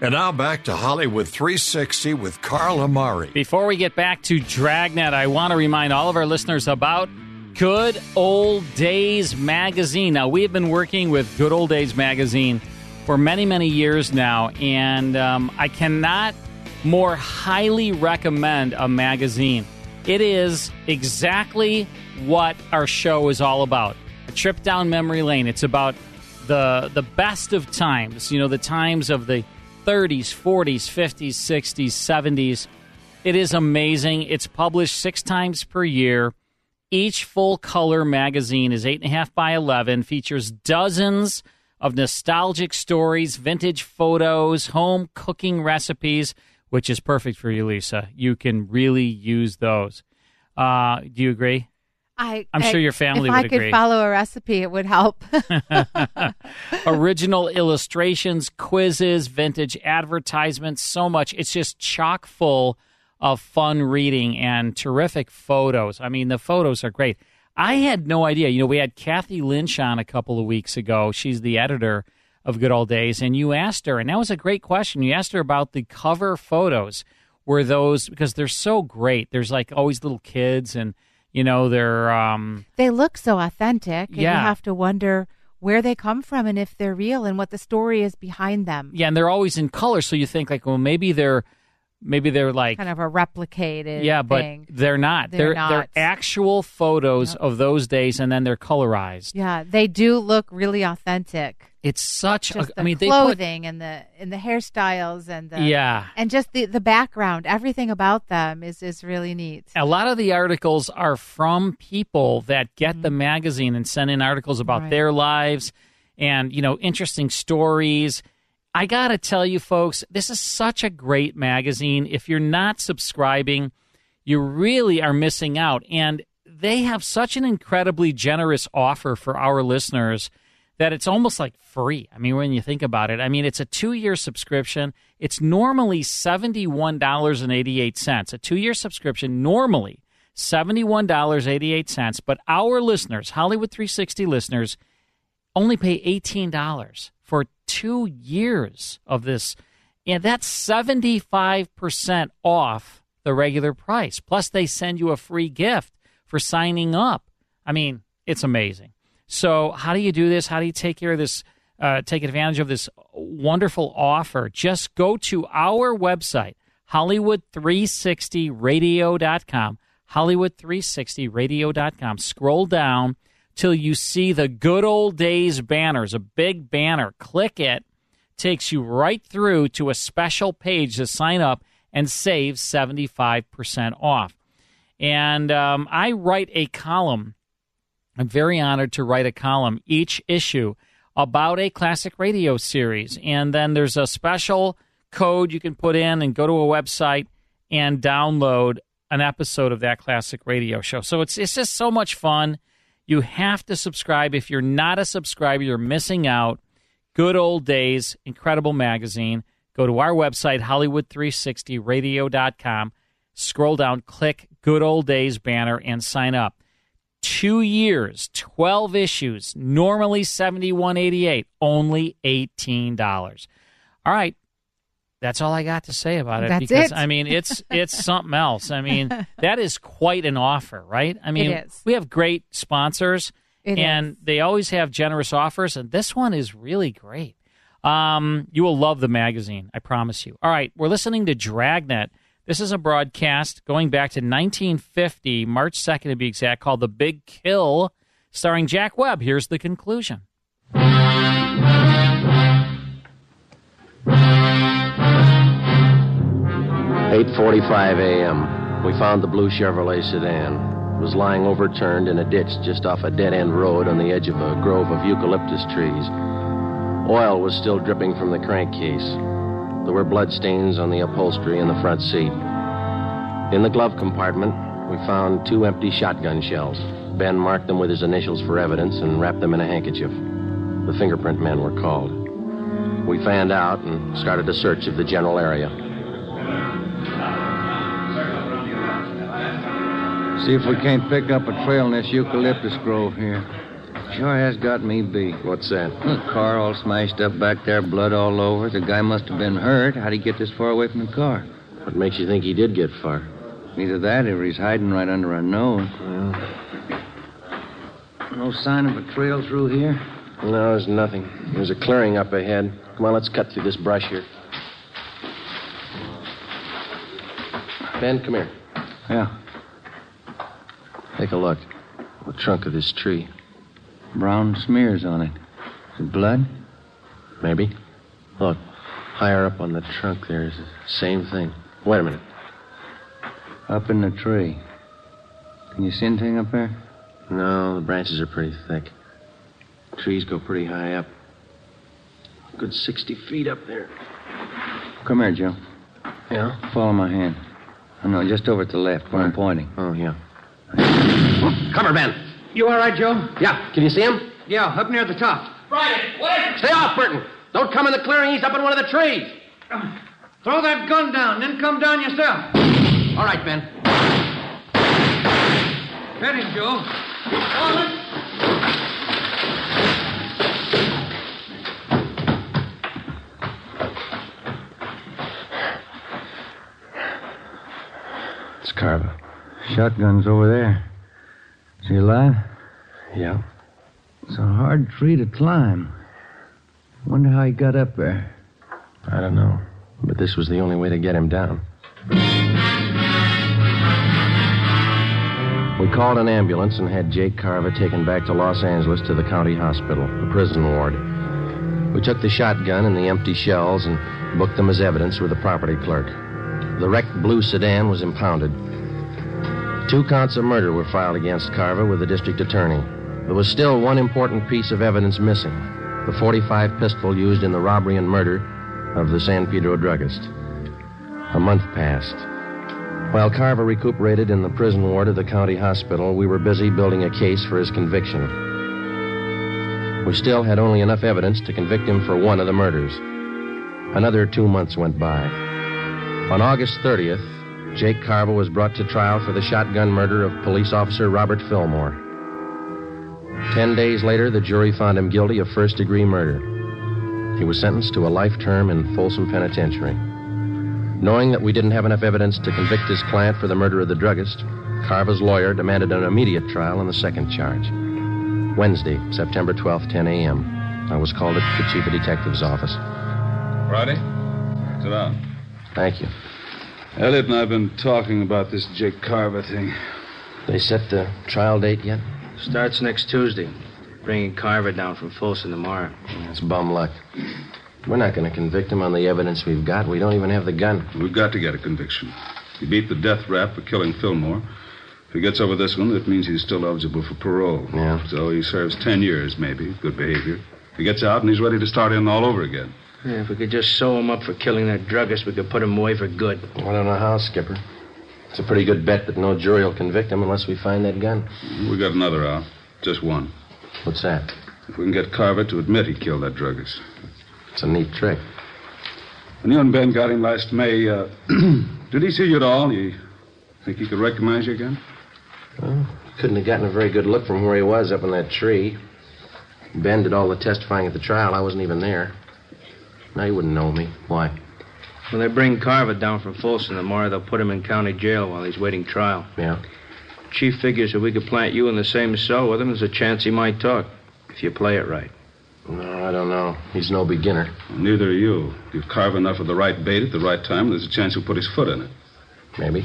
[SPEAKER 1] And now back to Hollywood 360 with Carl Amari.
[SPEAKER 6] Before we get back to Dragnet, I want to remind all of our listeners about Good Old Days Magazine. Now, we have been working with Good Old Days Magazine for many, many years now, and um, I cannot more highly recommend a magazine. It is exactly what our show is all about a trip down memory lane. It's about the, the best of times, you know, the times of the 30s, 40s, 50s, 60s, 70s. It is amazing. It's published six times per year. Each full color magazine is 8.5 by 11, features dozens of nostalgic stories, vintage photos, home cooking recipes, which is perfect for you, Lisa. You can really use those. Uh, do you agree?
[SPEAKER 23] I,
[SPEAKER 6] I'm sure
[SPEAKER 23] I-
[SPEAKER 6] your family
[SPEAKER 23] if
[SPEAKER 6] would
[SPEAKER 23] I could
[SPEAKER 6] agree.
[SPEAKER 23] follow a recipe, it would help.
[SPEAKER 6] original illustrations, quizzes, vintage advertisements, so much. It's just chock full of fun reading and terrific photos. I mean, the photos are great. I had no idea. You know, we had Kathy Lynch on a couple of weeks ago. She's the editor of Good Old Days, and you asked her, and that was a great question. You asked her about the cover photos. Were those because they're so great? There's like always little kids, and you know they're um,
[SPEAKER 23] they look so authentic, and
[SPEAKER 6] Yeah.
[SPEAKER 23] you have to wonder where they come from and if they're real and what the story is behind them.
[SPEAKER 6] Yeah, and they're always in color, so you think like, well, maybe they're, maybe they're like,
[SPEAKER 23] Kind of a replicated
[SPEAKER 6] yeah, but
[SPEAKER 23] thing.
[SPEAKER 6] they're not.
[SPEAKER 23] They're
[SPEAKER 6] They're
[SPEAKER 23] not.
[SPEAKER 6] actual photos of those days, and then they're colorized.
[SPEAKER 23] Yeah, they do look really authentic.
[SPEAKER 6] It's such.
[SPEAKER 23] Just
[SPEAKER 6] A,
[SPEAKER 23] the
[SPEAKER 6] I mean, they put.
[SPEAKER 23] clothing and the and the hairstyles and the
[SPEAKER 6] Yeah.
[SPEAKER 23] and just the the background, everything about them is is really neat.
[SPEAKER 6] A lot of the articles are from people that get the magazine and send in articles about
[SPEAKER 23] Right.
[SPEAKER 6] their lives and, you know, interesting stories. I got to tell you, folks, this is such a great magazine. If you're not subscribing, you really are missing out. And they have such an incredibly generous offer for our listeners that it's almost like free. I mean, when you think about it, I mean, it's a two year subscription. It's normally $71.88. A two year subscription, normally $71.88. But our listeners, Hollywood 360 listeners, only pay $18 for two years of this. And that's 75% off the regular price. Plus, they send you a free gift for signing up. I mean, it's amazing. So, how do you do this? How do you take care of this? Uh, take advantage of this wonderful offer. Just go to our website, Hollywood360radio.com. Hollywood360radio.com. Scroll down till you see the good old days banners, a big banner. Click it, takes you right through to a special page to sign up and save 75% off. And um, I write a column. I'm very honored to write a column each issue about a classic radio series. And then there's a special code you can put in and go to a website and download an episode of that classic radio show. So it's it's just so much fun. You have to subscribe. If you're not a subscriber, you're missing out. Good old days, incredible magazine. Go to our website, Hollywood360radio.com. Scroll down, click Good Old Days banner, and sign up two years, 12 issues, normally $71.88, only $18. All right. That's all I got to say about it
[SPEAKER 23] That's
[SPEAKER 6] because
[SPEAKER 23] it.
[SPEAKER 6] I mean it's it's something else. I mean that is quite an offer, right? I mean
[SPEAKER 23] It is.
[SPEAKER 6] we have great sponsors
[SPEAKER 23] It
[SPEAKER 6] and they always have generous offers and this one is really great. Um, you will love the magazine, I promise you. All right, we're listening to Dragnet. This is a broadcast going back to 1950, March 2nd to be exact, called The Big Kill, starring Jack Webb. Here's the conclusion.
[SPEAKER 15] Eight forty-five a.m. We found the blue Chevrolet sedan. It was lying overturned in a ditch just off a dead-end road on the edge of a grove of eucalyptus trees. Oil was still dripping from the crankcase. There were bloodstains on the upholstery and the front seat. In the glove compartment, we found two empty shotgun shells. Ben marked them with his initials for evidence and wrapped them in a handkerchief. The fingerprint men were called. We fanned out and started a search of the general area.
[SPEAKER 16] See if we can't pick up a trail in this eucalyptus grove here. Sure has got me beat. What's that? car all smashed up back there, blood all over. The guy must have been hurt. How'd he get this far away from the car? What makes you think he did get far? Either that or he's hiding right under our nose. No sign of a trail through here?
[SPEAKER 15] No, there's nothing. There's a clearing up ahead. Come on, let's cut through this brush here. Ben, come here.
[SPEAKER 16] Yeah.
[SPEAKER 15] Take a look. The trunk of this tree.
[SPEAKER 16] Brown smears on it. Is it blood?
[SPEAKER 15] Maybe. Look, higher up on the trunk there's the same thing. Wait a minute.
[SPEAKER 16] Up in the tree. Can you see anything up there?
[SPEAKER 15] No, the branches are pretty thick. Trees go pretty high up. Good 60 feet up there.
[SPEAKER 16] Come here, Joe.
[SPEAKER 15] Yeah?
[SPEAKER 16] Follow my hand. Oh, no, just over to the left where I'm pointing. Oh, yeah.
[SPEAKER 15] Come here, Ben.
[SPEAKER 24] You all right, Joe?
[SPEAKER 15] Yeah, can you see him?
[SPEAKER 24] Yeah, up near the top.
[SPEAKER 15] Brian, wait! Stay off, Burton! Don't come in the clearing. He's up in one of the trees.
[SPEAKER 24] Throw that gun down, then come down yourself.
[SPEAKER 15] All right, Ben.
[SPEAKER 24] Hit him, Joe.
[SPEAKER 16] It's Carver. Shotgun's over there. Is he alive?
[SPEAKER 15] Yeah.
[SPEAKER 16] It's a hard tree to climb. Wonder how he got up there.
[SPEAKER 15] I don't know. But this was the only way to get him down. We called an ambulance and had Jake Carver taken back to Los Angeles to the county hospital, the prison ward. We took the shotgun and the empty shells and booked them as evidence with the property clerk. The wrecked blue sedan was impounded. Two counts of murder were filed against Carver with the district attorney. There was still one important piece of evidence missing the 45 pistol used in the robbery and murder of the San Pedro druggist. A month passed. While Carver recuperated in the prison ward of the county hospital, we were busy building a case for his conviction. We still had only enough evidence to convict him for one of the murders. Another two months went by. On August 30th, Jake Carver was brought to trial for the shotgun murder of police officer Robert Fillmore. Ten days later, the jury found him guilty of first degree murder. He was sentenced to a life term in Folsom Penitentiary. Knowing that we didn't have enough evidence to convict his client for the murder of the druggist, Carver's lawyer demanded an immediate trial on the second charge. Wednesday, September 12th, 10 a.m. I was called at the chief of detective's office.
[SPEAKER 3] Friday? Sit down.
[SPEAKER 15] Thank you.
[SPEAKER 3] Elliot and I have been talking about this Jake Carver thing.
[SPEAKER 15] They set the trial date yet?
[SPEAKER 17] Starts next Tuesday. Bringing Carver down from Folsom tomorrow.
[SPEAKER 15] That's bum luck. We're not going to convict him on the evidence we've got. We don't even have the gun.
[SPEAKER 3] We've got to get a conviction. He beat the death rap for killing Fillmore. If he gets over this one, that means he's still eligible for parole. Yeah. So he serves ten years, maybe. Good behavior. He gets out and he's ready to start in all over again.
[SPEAKER 17] Yeah, if we could just sew him up for killing that druggist, we could put him away for good.
[SPEAKER 15] I don't know how, Skipper. It's a pretty good bet that no jury will convict him unless we find that gun.
[SPEAKER 3] We got another out. Just one.
[SPEAKER 15] What's that?
[SPEAKER 3] If we can get Carver to admit he killed that druggist.
[SPEAKER 15] It's a neat trick.
[SPEAKER 3] When you and Ben got him last May, uh, did he see you at all? You think he could recognize you again?
[SPEAKER 15] Couldn't have gotten a very good look from where he was up in that tree. Ben did all the testifying at the trial. I wasn't even there. Now you wouldn't know me. Why?
[SPEAKER 17] When they bring Carver down from Folsom tomorrow, they'll put him in county jail while he's waiting trial.
[SPEAKER 15] Yeah.
[SPEAKER 17] Chief figures if we could plant you in the same cell with him, there's a chance he might talk, if you play it right.
[SPEAKER 15] No, I don't know. He's no beginner.
[SPEAKER 3] Neither are you. You carve enough of the right bait at the right time, there's a chance he'll put his foot in it.
[SPEAKER 15] Maybe.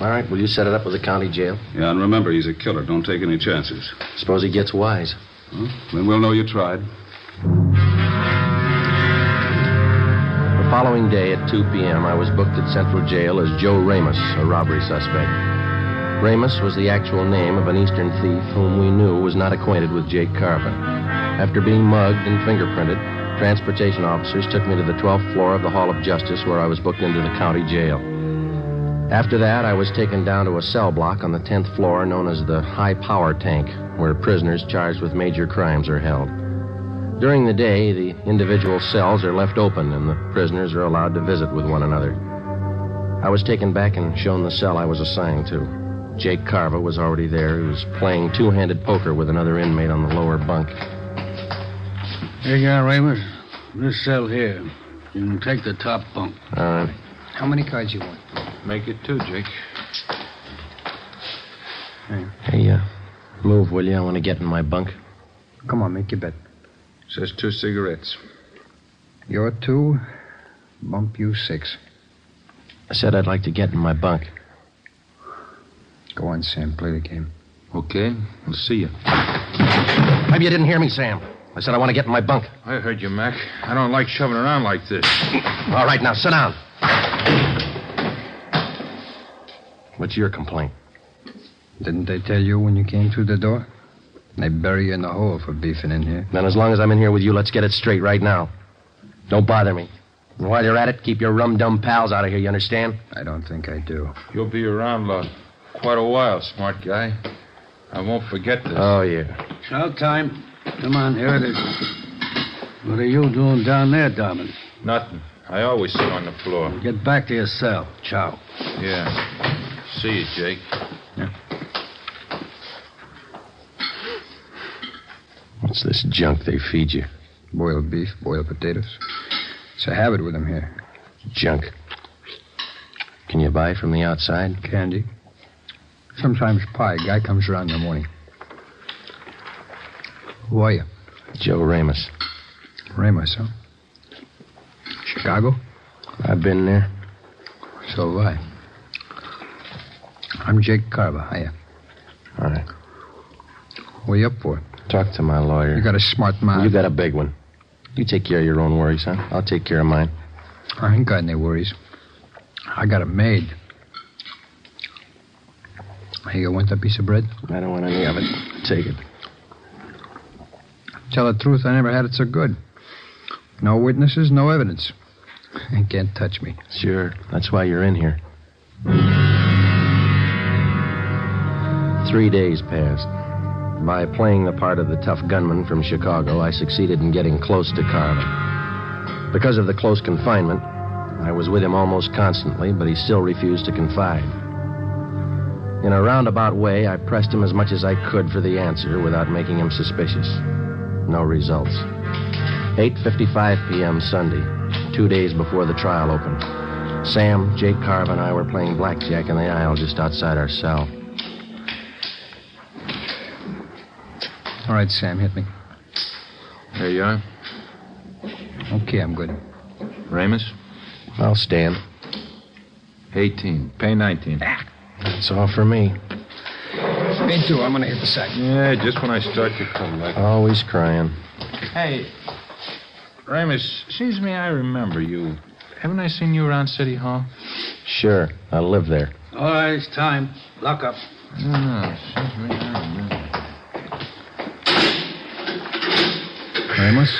[SPEAKER 15] All right, will you set it up with the county jail?
[SPEAKER 3] Yeah, and remember, he's a killer. Don't take any chances.
[SPEAKER 15] Suppose he gets wise.
[SPEAKER 12] Hmm?
[SPEAKER 3] Then we'll know you tried.
[SPEAKER 15] The following day at 2 p.m., I was booked at Central Jail as Joe Ramos, a robbery suspect. Ramos was the actual name of an Eastern thief whom we knew was not acquainted with Jake Carver. After being mugged and fingerprinted, transportation officers took me to the 12th floor of the Hall of Justice where I was booked into the county jail. After that, I was taken down to a cell block on the 10th floor known as the High Power Tank, where prisoners charged with major crimes are held. During the day, the individual cells are left open and the prisoners are allowed to visit with one another. I was taken back and shown the cell I was assigned to. Jake Carver was already there. He was playing two handed poker with another inmate on the lower bunk.
[SPEAKER 12] Here you are, Ramos. This cell here. You can take the top bunk.
[SPEAKER 15] All right.
[SPEAKER 12] How many cards you want? Make it two, Jake.
[SPEAKER 15] Hey, uh, move, will you? I want to get in my bunk.
[SPEAKER 25] Come on, make your bet.
[SPEAKER 11] Says two cigarettes.
[SPEAKER 25] You're two, bump you six.
[SPEAKER 15] I said I'd like to get in my bunk.
[SPEAKER 25] Go on, Sam, play the game.
[SPEAKER 11] Okay, we'll see you.
[SPEAKER 15] Maybe you didn't hear me, Sam. I said I want to get in my bunk.
[SPEAKER 11] I heard you, Mac. I don't like shoving around like this.
[SPEAKER 15] All right, now sit down. What's your complaint?
[SPEAKER 25] Didn't they tell you when you came through the door? They bury you in the hole for beefing in here.
[SPEAKER 15] Then, as long as I'm in here with you, let's get it straight right now. Don't bother me. And while you're at it, keep your rum dum pals out of here, you understand?
[SPEAKER 25] I don't think I do.
[SPEAKER 11] You'll be around lot quite a while, smart guy. I won't forget this.
[SPEAKER 15] Oh, yeah.
[SPEAKER 12] Showtime. Come on, here it is. What are you doing down there, Dobbin?
[SPEAKER 11] Nothing. I always sit on the floor.
[SPEAKER 12] Get back to your cell. Ciao.
[SPEAKER 11] Yeah. See you, Jake.
[SPEAKER 15] What's this junk they feed you?
[SPEAKER 25] Boiled beef, boiled potatoes. It's a habit with them here.
[SPEAKER 15] Junk. Can you buy from the outside?
[SPEAKER 25] Candy. Sometimes pie. Guy comes around in the morning. Who are you?
[SPEAKER 15] Joe Ramos.
[SPEAKER 25] Ramos, huh? Chicago?
[SPEAKER 15] I've been there.
[SPEAKER 25] So have I. I'm Jake Carver. Hiya.
[SPEAKER 15] All right.
[SPEAKER 25] What are you up for?
[SPEAKER 15] Talk to my lawyer.
[SPEAKER 25] You got a smart mind.
[SPEAKER 15] You got a big one. You take care of your own worries, huh? I'll take care of mine.
[SPEAKER 25] I ain't got any worries. I got a maid. Hey, you want that piece of bread?
[SPEAKER 15] I don't want any of it. Take it.
[SPEAKER 25] Tell the truth, I never had it so good. No witnesses, no evidence. You can't touch me.
[SPEAKER 15] Sure. That's why you're in here. Three days passed. By playing the part of the tough gunman from Chicago, I succeeded in getting close to Carver. Because of the close confinement, I was with him almost constantly, but he still refused to confide. In a roundabout way, I pressed him as much as I could for the answer without making him suspicious. No results. 8:55 p.m. Sunday, 2 days before the trial opened. Sam, Jake Carver, and I were playing blackjack in the aisle just outside our cell.
[SPEAKER 25] All right, Sam, hit me.
[SPEAKER 11] There you are.
[SPEAKER 25] Okay, I'm good.
[SPEAKER 11] Ramos?
[SPEAKER 15] I'll stand.
[SPEAKER 11] 18. Pay 19.
[SPEAKER 25] Ah.
[SPEAKER 15] That's all for me.
[SPEAKER 25] Me too. I'm going to hit the sack.
[SPEAKER 11] Yeah, just when I start to come back.
[SPEAKER 15] Always crying.
[SPEAKER 11] Hey, Ramos, seems to me I remember you. Haven't I seen you around City Hall?
[SPEAKER 15] Sure, I live there.
[SPEAKER 12] All right, it's time. Lock up.
[SPEAKER 11] No, no, seems to me I remember.
[SPEAKER 25] Ramos?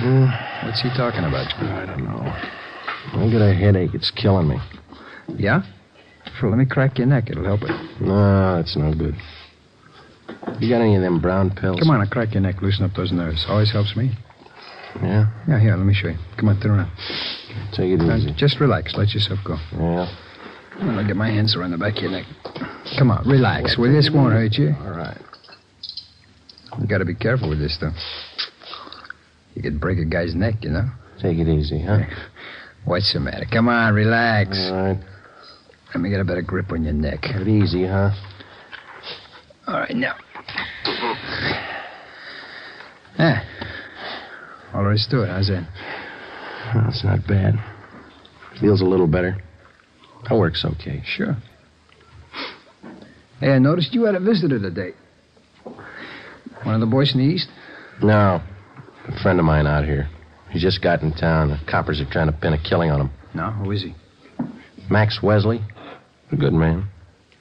[SPEAKER 25] Hmm, What's he talking about?
[SPEAKER 15] I don't know. I got a headache. It's killing me.
[SPEAKER 25] Yeah? Sure, let me crack your neck. It'll help it.
[SPEAKER 15] No, that's no good. You got any of them brown pills?
[SPEAKER 25] Come on, I'll crack your neck, loosen up those nerves. Always helps me.
[SPEAKER 15] Yeah?
[SPEAKER 25] Yeah, here, let me show you. Come on, turn around.
[SPEAKER 15] Take it
[SPEAKER 25] Now,
[SPEAKER 15] easy.
[SPEAKER 25] just relax. Let yourself go.
[SPEAKER 15] Yeah?
[SPEAKER 25] I'm going to get my hands around the back of your neck. Come on, relax, will you? This won't hurt you.
[SPEAKER 15] All right.
[SPEAKER 25] You got to be careful with this, though. You could break a guy's neck, you know?
[SPEAKER 15] Take it easy, huh?
[SPEAKER 25] What's the matter? Come on, relax.
[SPEAKER 15] All right.
[SPEAKER 25] Let me get a better grip on your neck.
[SPEAKER 15] Take it easy, huh?
[SPEAKER 25] All right, now. Ah. All there is to it. How's that?
[SPEAKER 15] Well, it's not bad. Feels a little better. That works okay.
[SPEAKER 25] Sure. Hey, I noticed you had a visitor today. One of the boys in the East?
[SPEAKER 15] No. A friend of mine out here. He just got in town. The coppers are trying to pin a killing on him.
[SPEAKER 25] No, who is he?
[SPEAKER 15] Max Wesley? A good man.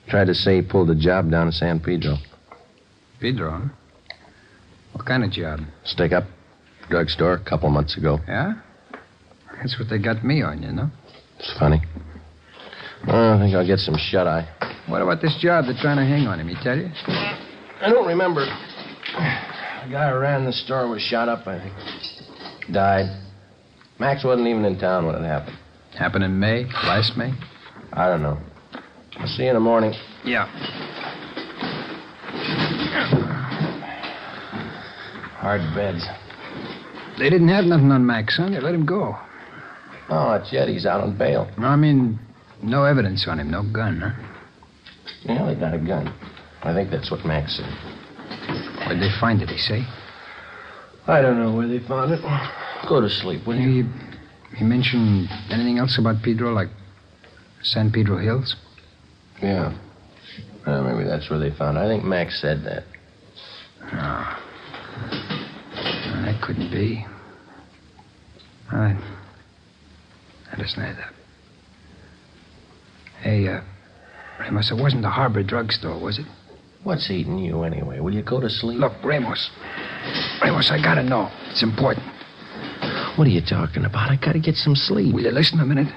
[SPEAKER 15] Tried to say he pulled a job down in San Pedro.
[SPEAKER 25] Pedro, huh? What kind of job?
[SPEAKER 15] Stick up. Drugstore a couple months ago.
[SPEAKER 25] Yeah? That's what they got me on, you know?
[SPEAKER 15] It's funny. Well, I think I'll get some shut eye.
[SPEAKER 25] What about this job they're trying to hang on him, he tell you?
[SPEAKER 15] I don't remember. A guy who ran the store was shot up, I think. Died. Max wasn't even in town when it happened.
[SPEAKER 25] Happened in May, last May?
[SPEAKER 15] I don't know. I'll see you in the morning.
[SPEAKER 25] Yeah. Hard beds. They didn't have nothing on Mac, son. They let him go.
[SPEAKER 15] Oh, not yet. He's out on bail.
[SPEAKER 25] No, I mean, no evidence on him. No gun, huh?
[SPEAKER 15] Yeah, they got a gun. I think that's what Max said.
[SPEAKER 25] Where'd they find it, they say?
[SPEAKER 15] I don't know where they found it. Go to sleep, will
[SPEAKER 25] you? You mentioned anything else about Pedro, like San Pedro Hills?
[SPEAKER 15] Yeah. Well, maybe that's where they found it. I think Max said that.
[SPEAKER 25] Ah. No, that couldn't be. I. That isn't it. Hey, uh, Ramos, it wasn't the Harbor drugstore, was it?
[SPEAKER 15] What's eating you anyway? Will you go to sleep?
[SPEAKER 25] Look, Ramos. Ramos, I gotta know. It's important.
[SPEAKER 15] What are you talking about? I gotta get some sleep.
[SPEAKER 25] Will you listen a minute?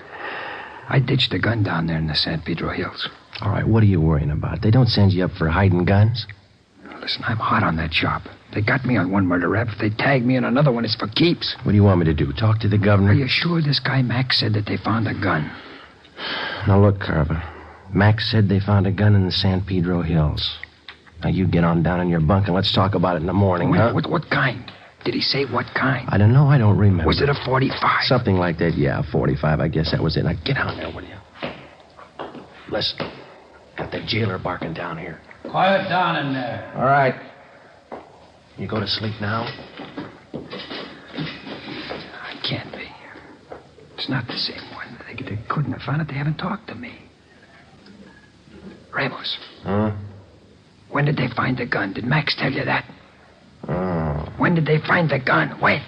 [SPEAKER 25] I ditched a gun down there in the San Pedro Hills.
[SPEAKER 15] All right, what are you worrying about? They don't send you up for hiding guns.
[SPEAKER 25] Listen, I'm hot on that job. They got me on one murder rap. If they tag me on another one, it's for keeps.
[SPEAKER 15] What do you want me to do? Talk to the governor?
[SPEAKER 25] Are you sure this guy Max said that they found a gun?
[SPEAKER 15] Now look, Carver. Max said they found a gun in the San Pedro Hills. Now you get on down in your bunk and let's talk about it in the morning,
[SPEAKER 25] Wait,
[SPEAKER 15] huh?
[SPEAKER 25] what, what kind? Did he say what kind?
[SPEAKER 15] I don't know. I don't remember.
[SPEAKER 25] Was it a 45?
[SPEAKER 15] Something like that. Yeah, 45. I guess that was it. Now get down there, will you? Listen. Got the jailer barking down here.
[SPEAKER 24] Quiet down in there.
[SPEAKER 15] All right. You go to sleep now?
[SPEAKER 25] I can't be. It's not the same one. They, they couldn't have found it. They haven't talked to me. Ramos,
[SPEAKER 15] Huh?
[SPEAKER 25] when did they find the gun? Did Max tell you that?
[SPEAKER 15] Oh. Hmm?
[SPEAKER 25] When did they find the gun? When?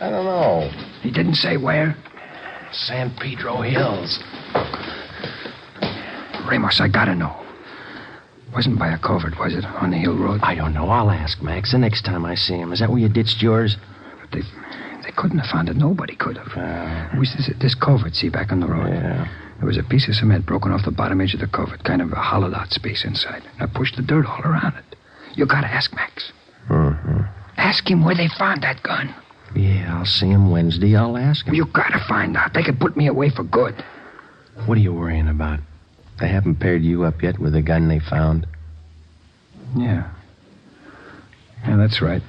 [SPEAKER 15] I don't know.
[SPEAKER 25] He didn't say where.
[SPEAKER 15] San Pedro Hills.
[SPEAKER 25] Ramos, I gotta know. Wasn't by a covert, was it? On the hill road?
[SPEAKER 15] I don't know. I'll ask Max the next time I see him. Is that where you ditched yours?
[SPEAKER 25] But they, they couldn't have found it. Nobody could have. it was this, this covert, see, back on the road. Yeah. There was a piece of cement broken off the bottom edge of the covert, kind of a hollowed out space inside. And I pushed the dirt all around it. You gotta ask Max. Ask him where they found that gun.
[SPEAKER 15] Yeah, I'll see him Wednesday. I'll ask him.
[SPEAKER 25] You gotta find out. They could put me away for good.
[SPEAKER 15] What are you worrying about? They haven't paired you up yet with the gun they found.
[SPEAKER 25] Yeah. Yeah, that's right.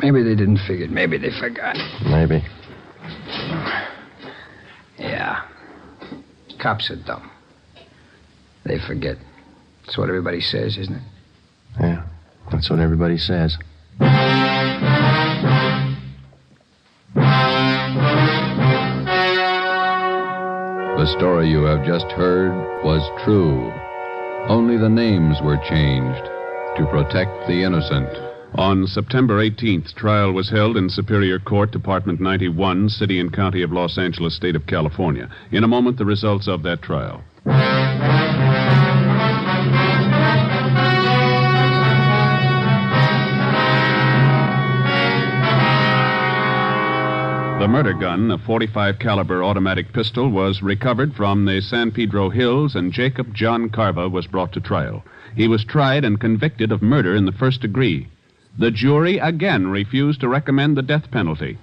[SPEAKER 25] Maybe they didn't figure it. Maybe they forgot.
[SPEAKER 15] Maybe.
[SPEAKER 25] Yeah. Cops are dumb. They forget. That's what everybody says, isn't it?
[SPEAKER 15] Yeah. That's what everybody says.
[SPEAKER 10] The story you have just heard was true. Only the names were changed to protect the innocent.
[SPEAKER 14] On September 18th, trial was held in Superior Court, Department 91, City and County of Los Angeles, State of California. In a moment, the results of that trial. The murder gun, a 45 caliber automatic pistol, was recovered from the San Pedro Hills and Jacob John Carva was brought to trial. He was tried and convicted of murder in the first degree. The jury again refused to recommend the death penalty.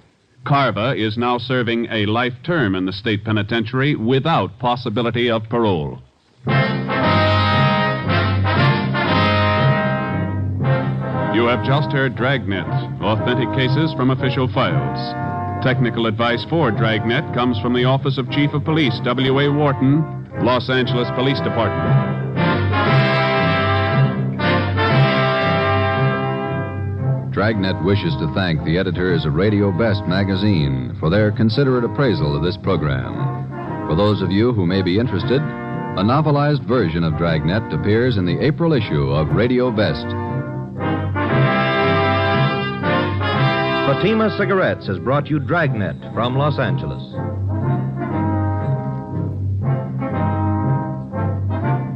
[SPEAKER 14] Carva is now serving a life term in the state penitentiary without possibility of parole. You have just heard Dragnet, authentic cases from official files. Technical advice for Dragnet comes from the Office of Chief of Police W.A. Wharton, Los Angeles Police Department.
[SPEAKER 10] Dragnet wishes to thank the editors of Radio Best magazine for their considerate appraisal of this program. For those of you who may be interested, a novelized version of Dragnet appears in the April issue of Radio Best.
[SPEAKER 13] Fatima Cigarettes has brought you Dragnet from Los Angeles.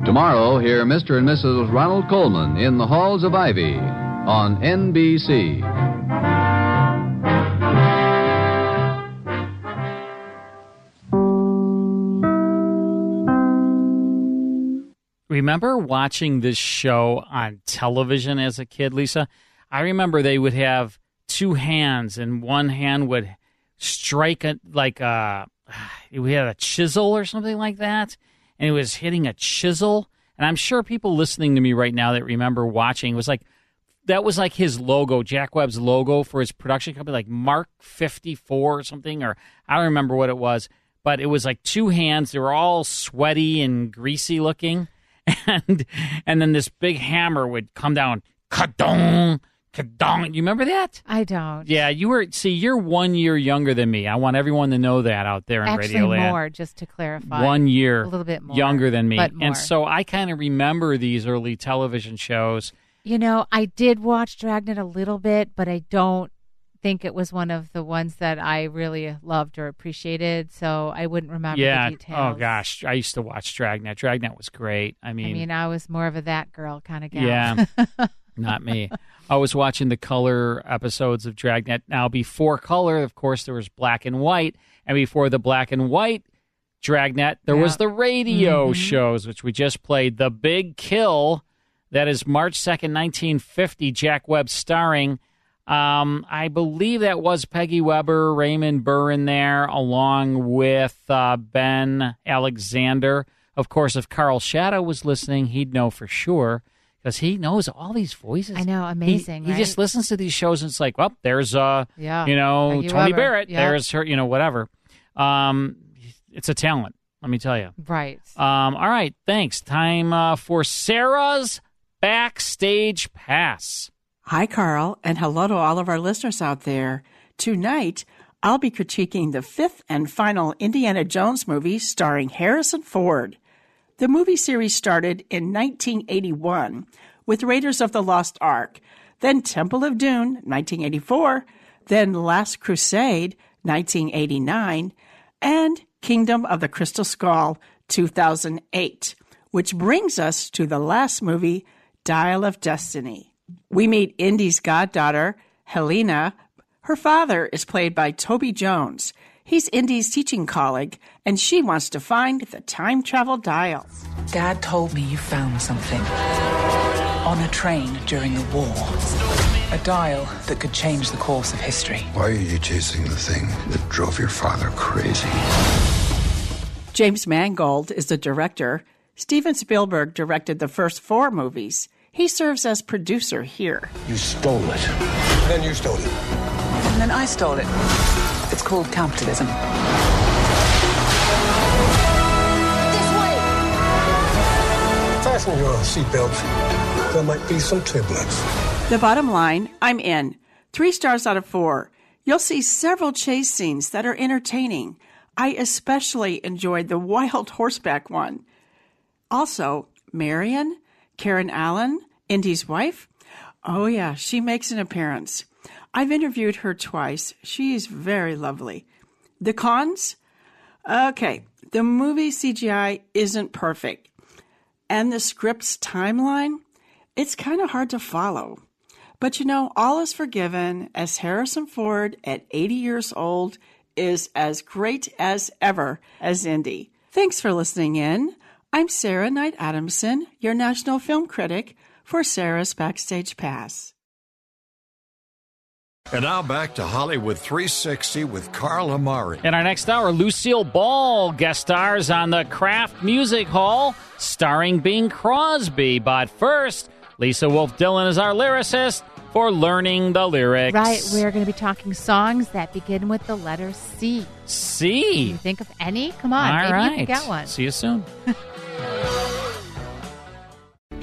[SPEAKER 10] Tomorrow, hear Mr. and Mrs. Ronald Coleman in the Halls of Ivy on NBC.
[SPEAKER 6] Remember watching this show on television as a kid, Lisa? I remember they would have two hands, and one hand would strike a, like uh, a we had a chisel or something like that, and it was hitting a chisel. And I'm sure people listening to me right now that remember watching was like, that was like his logo, Jack Webb's logo for his production company, like Mark 54 or something, or I don't remember what it was, but it was like two hands. They were all sweaty and greasy looking. And and then this big hammer would come down, kadong, kadong. You remember that?
[SPEAKER 23] I don't.
[SPEAKER 6] Yeah, you were. See, you're one year younger than me. I want everyone to know that out there in
[SPEAKER 23] Actually,
[SPEAKER 6] Radio Land.
[SPEAKER 23] more, just to clarify.
[SPEAKER 6] One year,
[SPEAKER 23] A little bit more.
[SPEAKER 6] younger than me,
[SPEAKER 23] but more.
[SPEAKER 6] and so I kind of remember these early television shows.
[SPEAKER 23] You know, I did watch Dragnet a little bit, but I don't think it was one of the ones that I really loved or appreciated, so I wouldn't remember
[SPEAKER 6] yeah.
[SPEAKER 23] the details.
[SPEAKER 6] Oh gosh, I used to watch Dragnet. Dragnet was great. I mean,
[SPEAKER 23] I mean, I was more of a that girl kind of gal.
[SPEAKER 6] yeah, not me. I was watching the color episodes of Dragnet. Now, before color, of course, there was black and white, and before the black and white Dragnet, there was
[SPEAKER 4] Yeah.
[SPEAKER 6] the radio
[SPEAKER 4] Mhm.
[SPEAKER 6] shows, which we just played. The Big Kill, that is March second, nineteen fifty. Jack Webb starring. Um, I believe that was Peggy Weber, Raymond Burr in there, along with uh, Ben Alexander. Of course, if Carl Shadow was listening, he'd know for sure because he knows all these voices.
[SPEAKER 23] I know,
[SPEAKER 6] He-
[SPEAKER 23] amazing.
[SPEAKER 6] He,
[SPEAKER 23] right?
[SPEAKER 6] just listens to these shows and it's like, well, there's uh,
[SPEAKER 23] Yeah,
[SPEAKER 6] you know,
[SPEAKER 23] Peggy
[SPEAKER 6] Tony
[SPEAKER 23] Weber,
[SPEAKER 6] Barrett.
[SPEAKER 23] yeah.
[SPEAKER 6] There's her, you know, whatever. Um, it's a talent. Let me tell you.
[SPEAKER 23] right.
[SPEAKER 6] Um, all right, thanks. Time uh, for Sarah's backstage pass.
[SPEAKER 18] Hi, Carl, and hello to all of our listeners out there. Tonight, I'll be critiquing the fifth and final Indiana Jones movie starring Harrison Ford. The movie series started in 1981 with Raiders of the Lost Ark, then Temple of Doom, 1984, then Last Crusade, 1989, and Kingdom of the Crystal Skull, 2008, which brings us to the last movie, Dial of Destiny. We meet Indy's goddaughter, Helena. Her father is played by Toby Jones. He's Indy's teaching colleague, and she wants to find the time travel dial.
[SPEAKER 9] Dad told me you found something on a train during the war. A dial that could change the course of history.
[SPEAKER 26] Why are you chasing the thing that drove your father crazy?
[SPEAKER 18] James Mangold is the director. Steven Spielberg directed the first four movies. He serves as producer here.
[SPEAKER 26] You stole it. Then you stole it.
[SPEAKER 9] And then I stole it. It's called capitalism.
[SPEAKER 26] Fasten your seatbelts. There might be some turbulence.
[SPEAKER 18] The bottom line I'm in. Three stars out of four. You'll see several chase scenes that are entertaining. I especially enjoyed the wild horseback one. Also, Marion, Karen Allen, Indy's wife. Oh, yeah, she makes an appearance. I've interviewed her twice. She's very lovely. The cons? Okay, the movie CGI isn't perfect. And the script's timeline? It's kind of hard to follow. But you know, all is forgiven as Harrison Ford at 80 years old is as great as ever as Indy. Thanks for listening in. I'm Sarah Knight Adamson, your national film critic for Sarah's Backstage Pass.
[SPEAKER 1] And now back to Hollywood 360 with Carl Amari.
[SPEAKER 6] In our next hour, Lucille Ball guest stars on the Kraft Music Hall, starring Bing Crosby. But first, Lisa Wolf Dillon is our lyricist for learning the lyrics.
[SPEAKER 23] Right, we're going to be talking songs that begin with the letter C. Can you
[SPEAKER 6] See.
[SPEAKER 23] think of any? Come on,
[SPEAKER 6] All
[SPEAKER 23] maybe
[SPEAKER 6] right.
[SPEAKER 23] you can get one.
[SPEAKER 6] See you soon.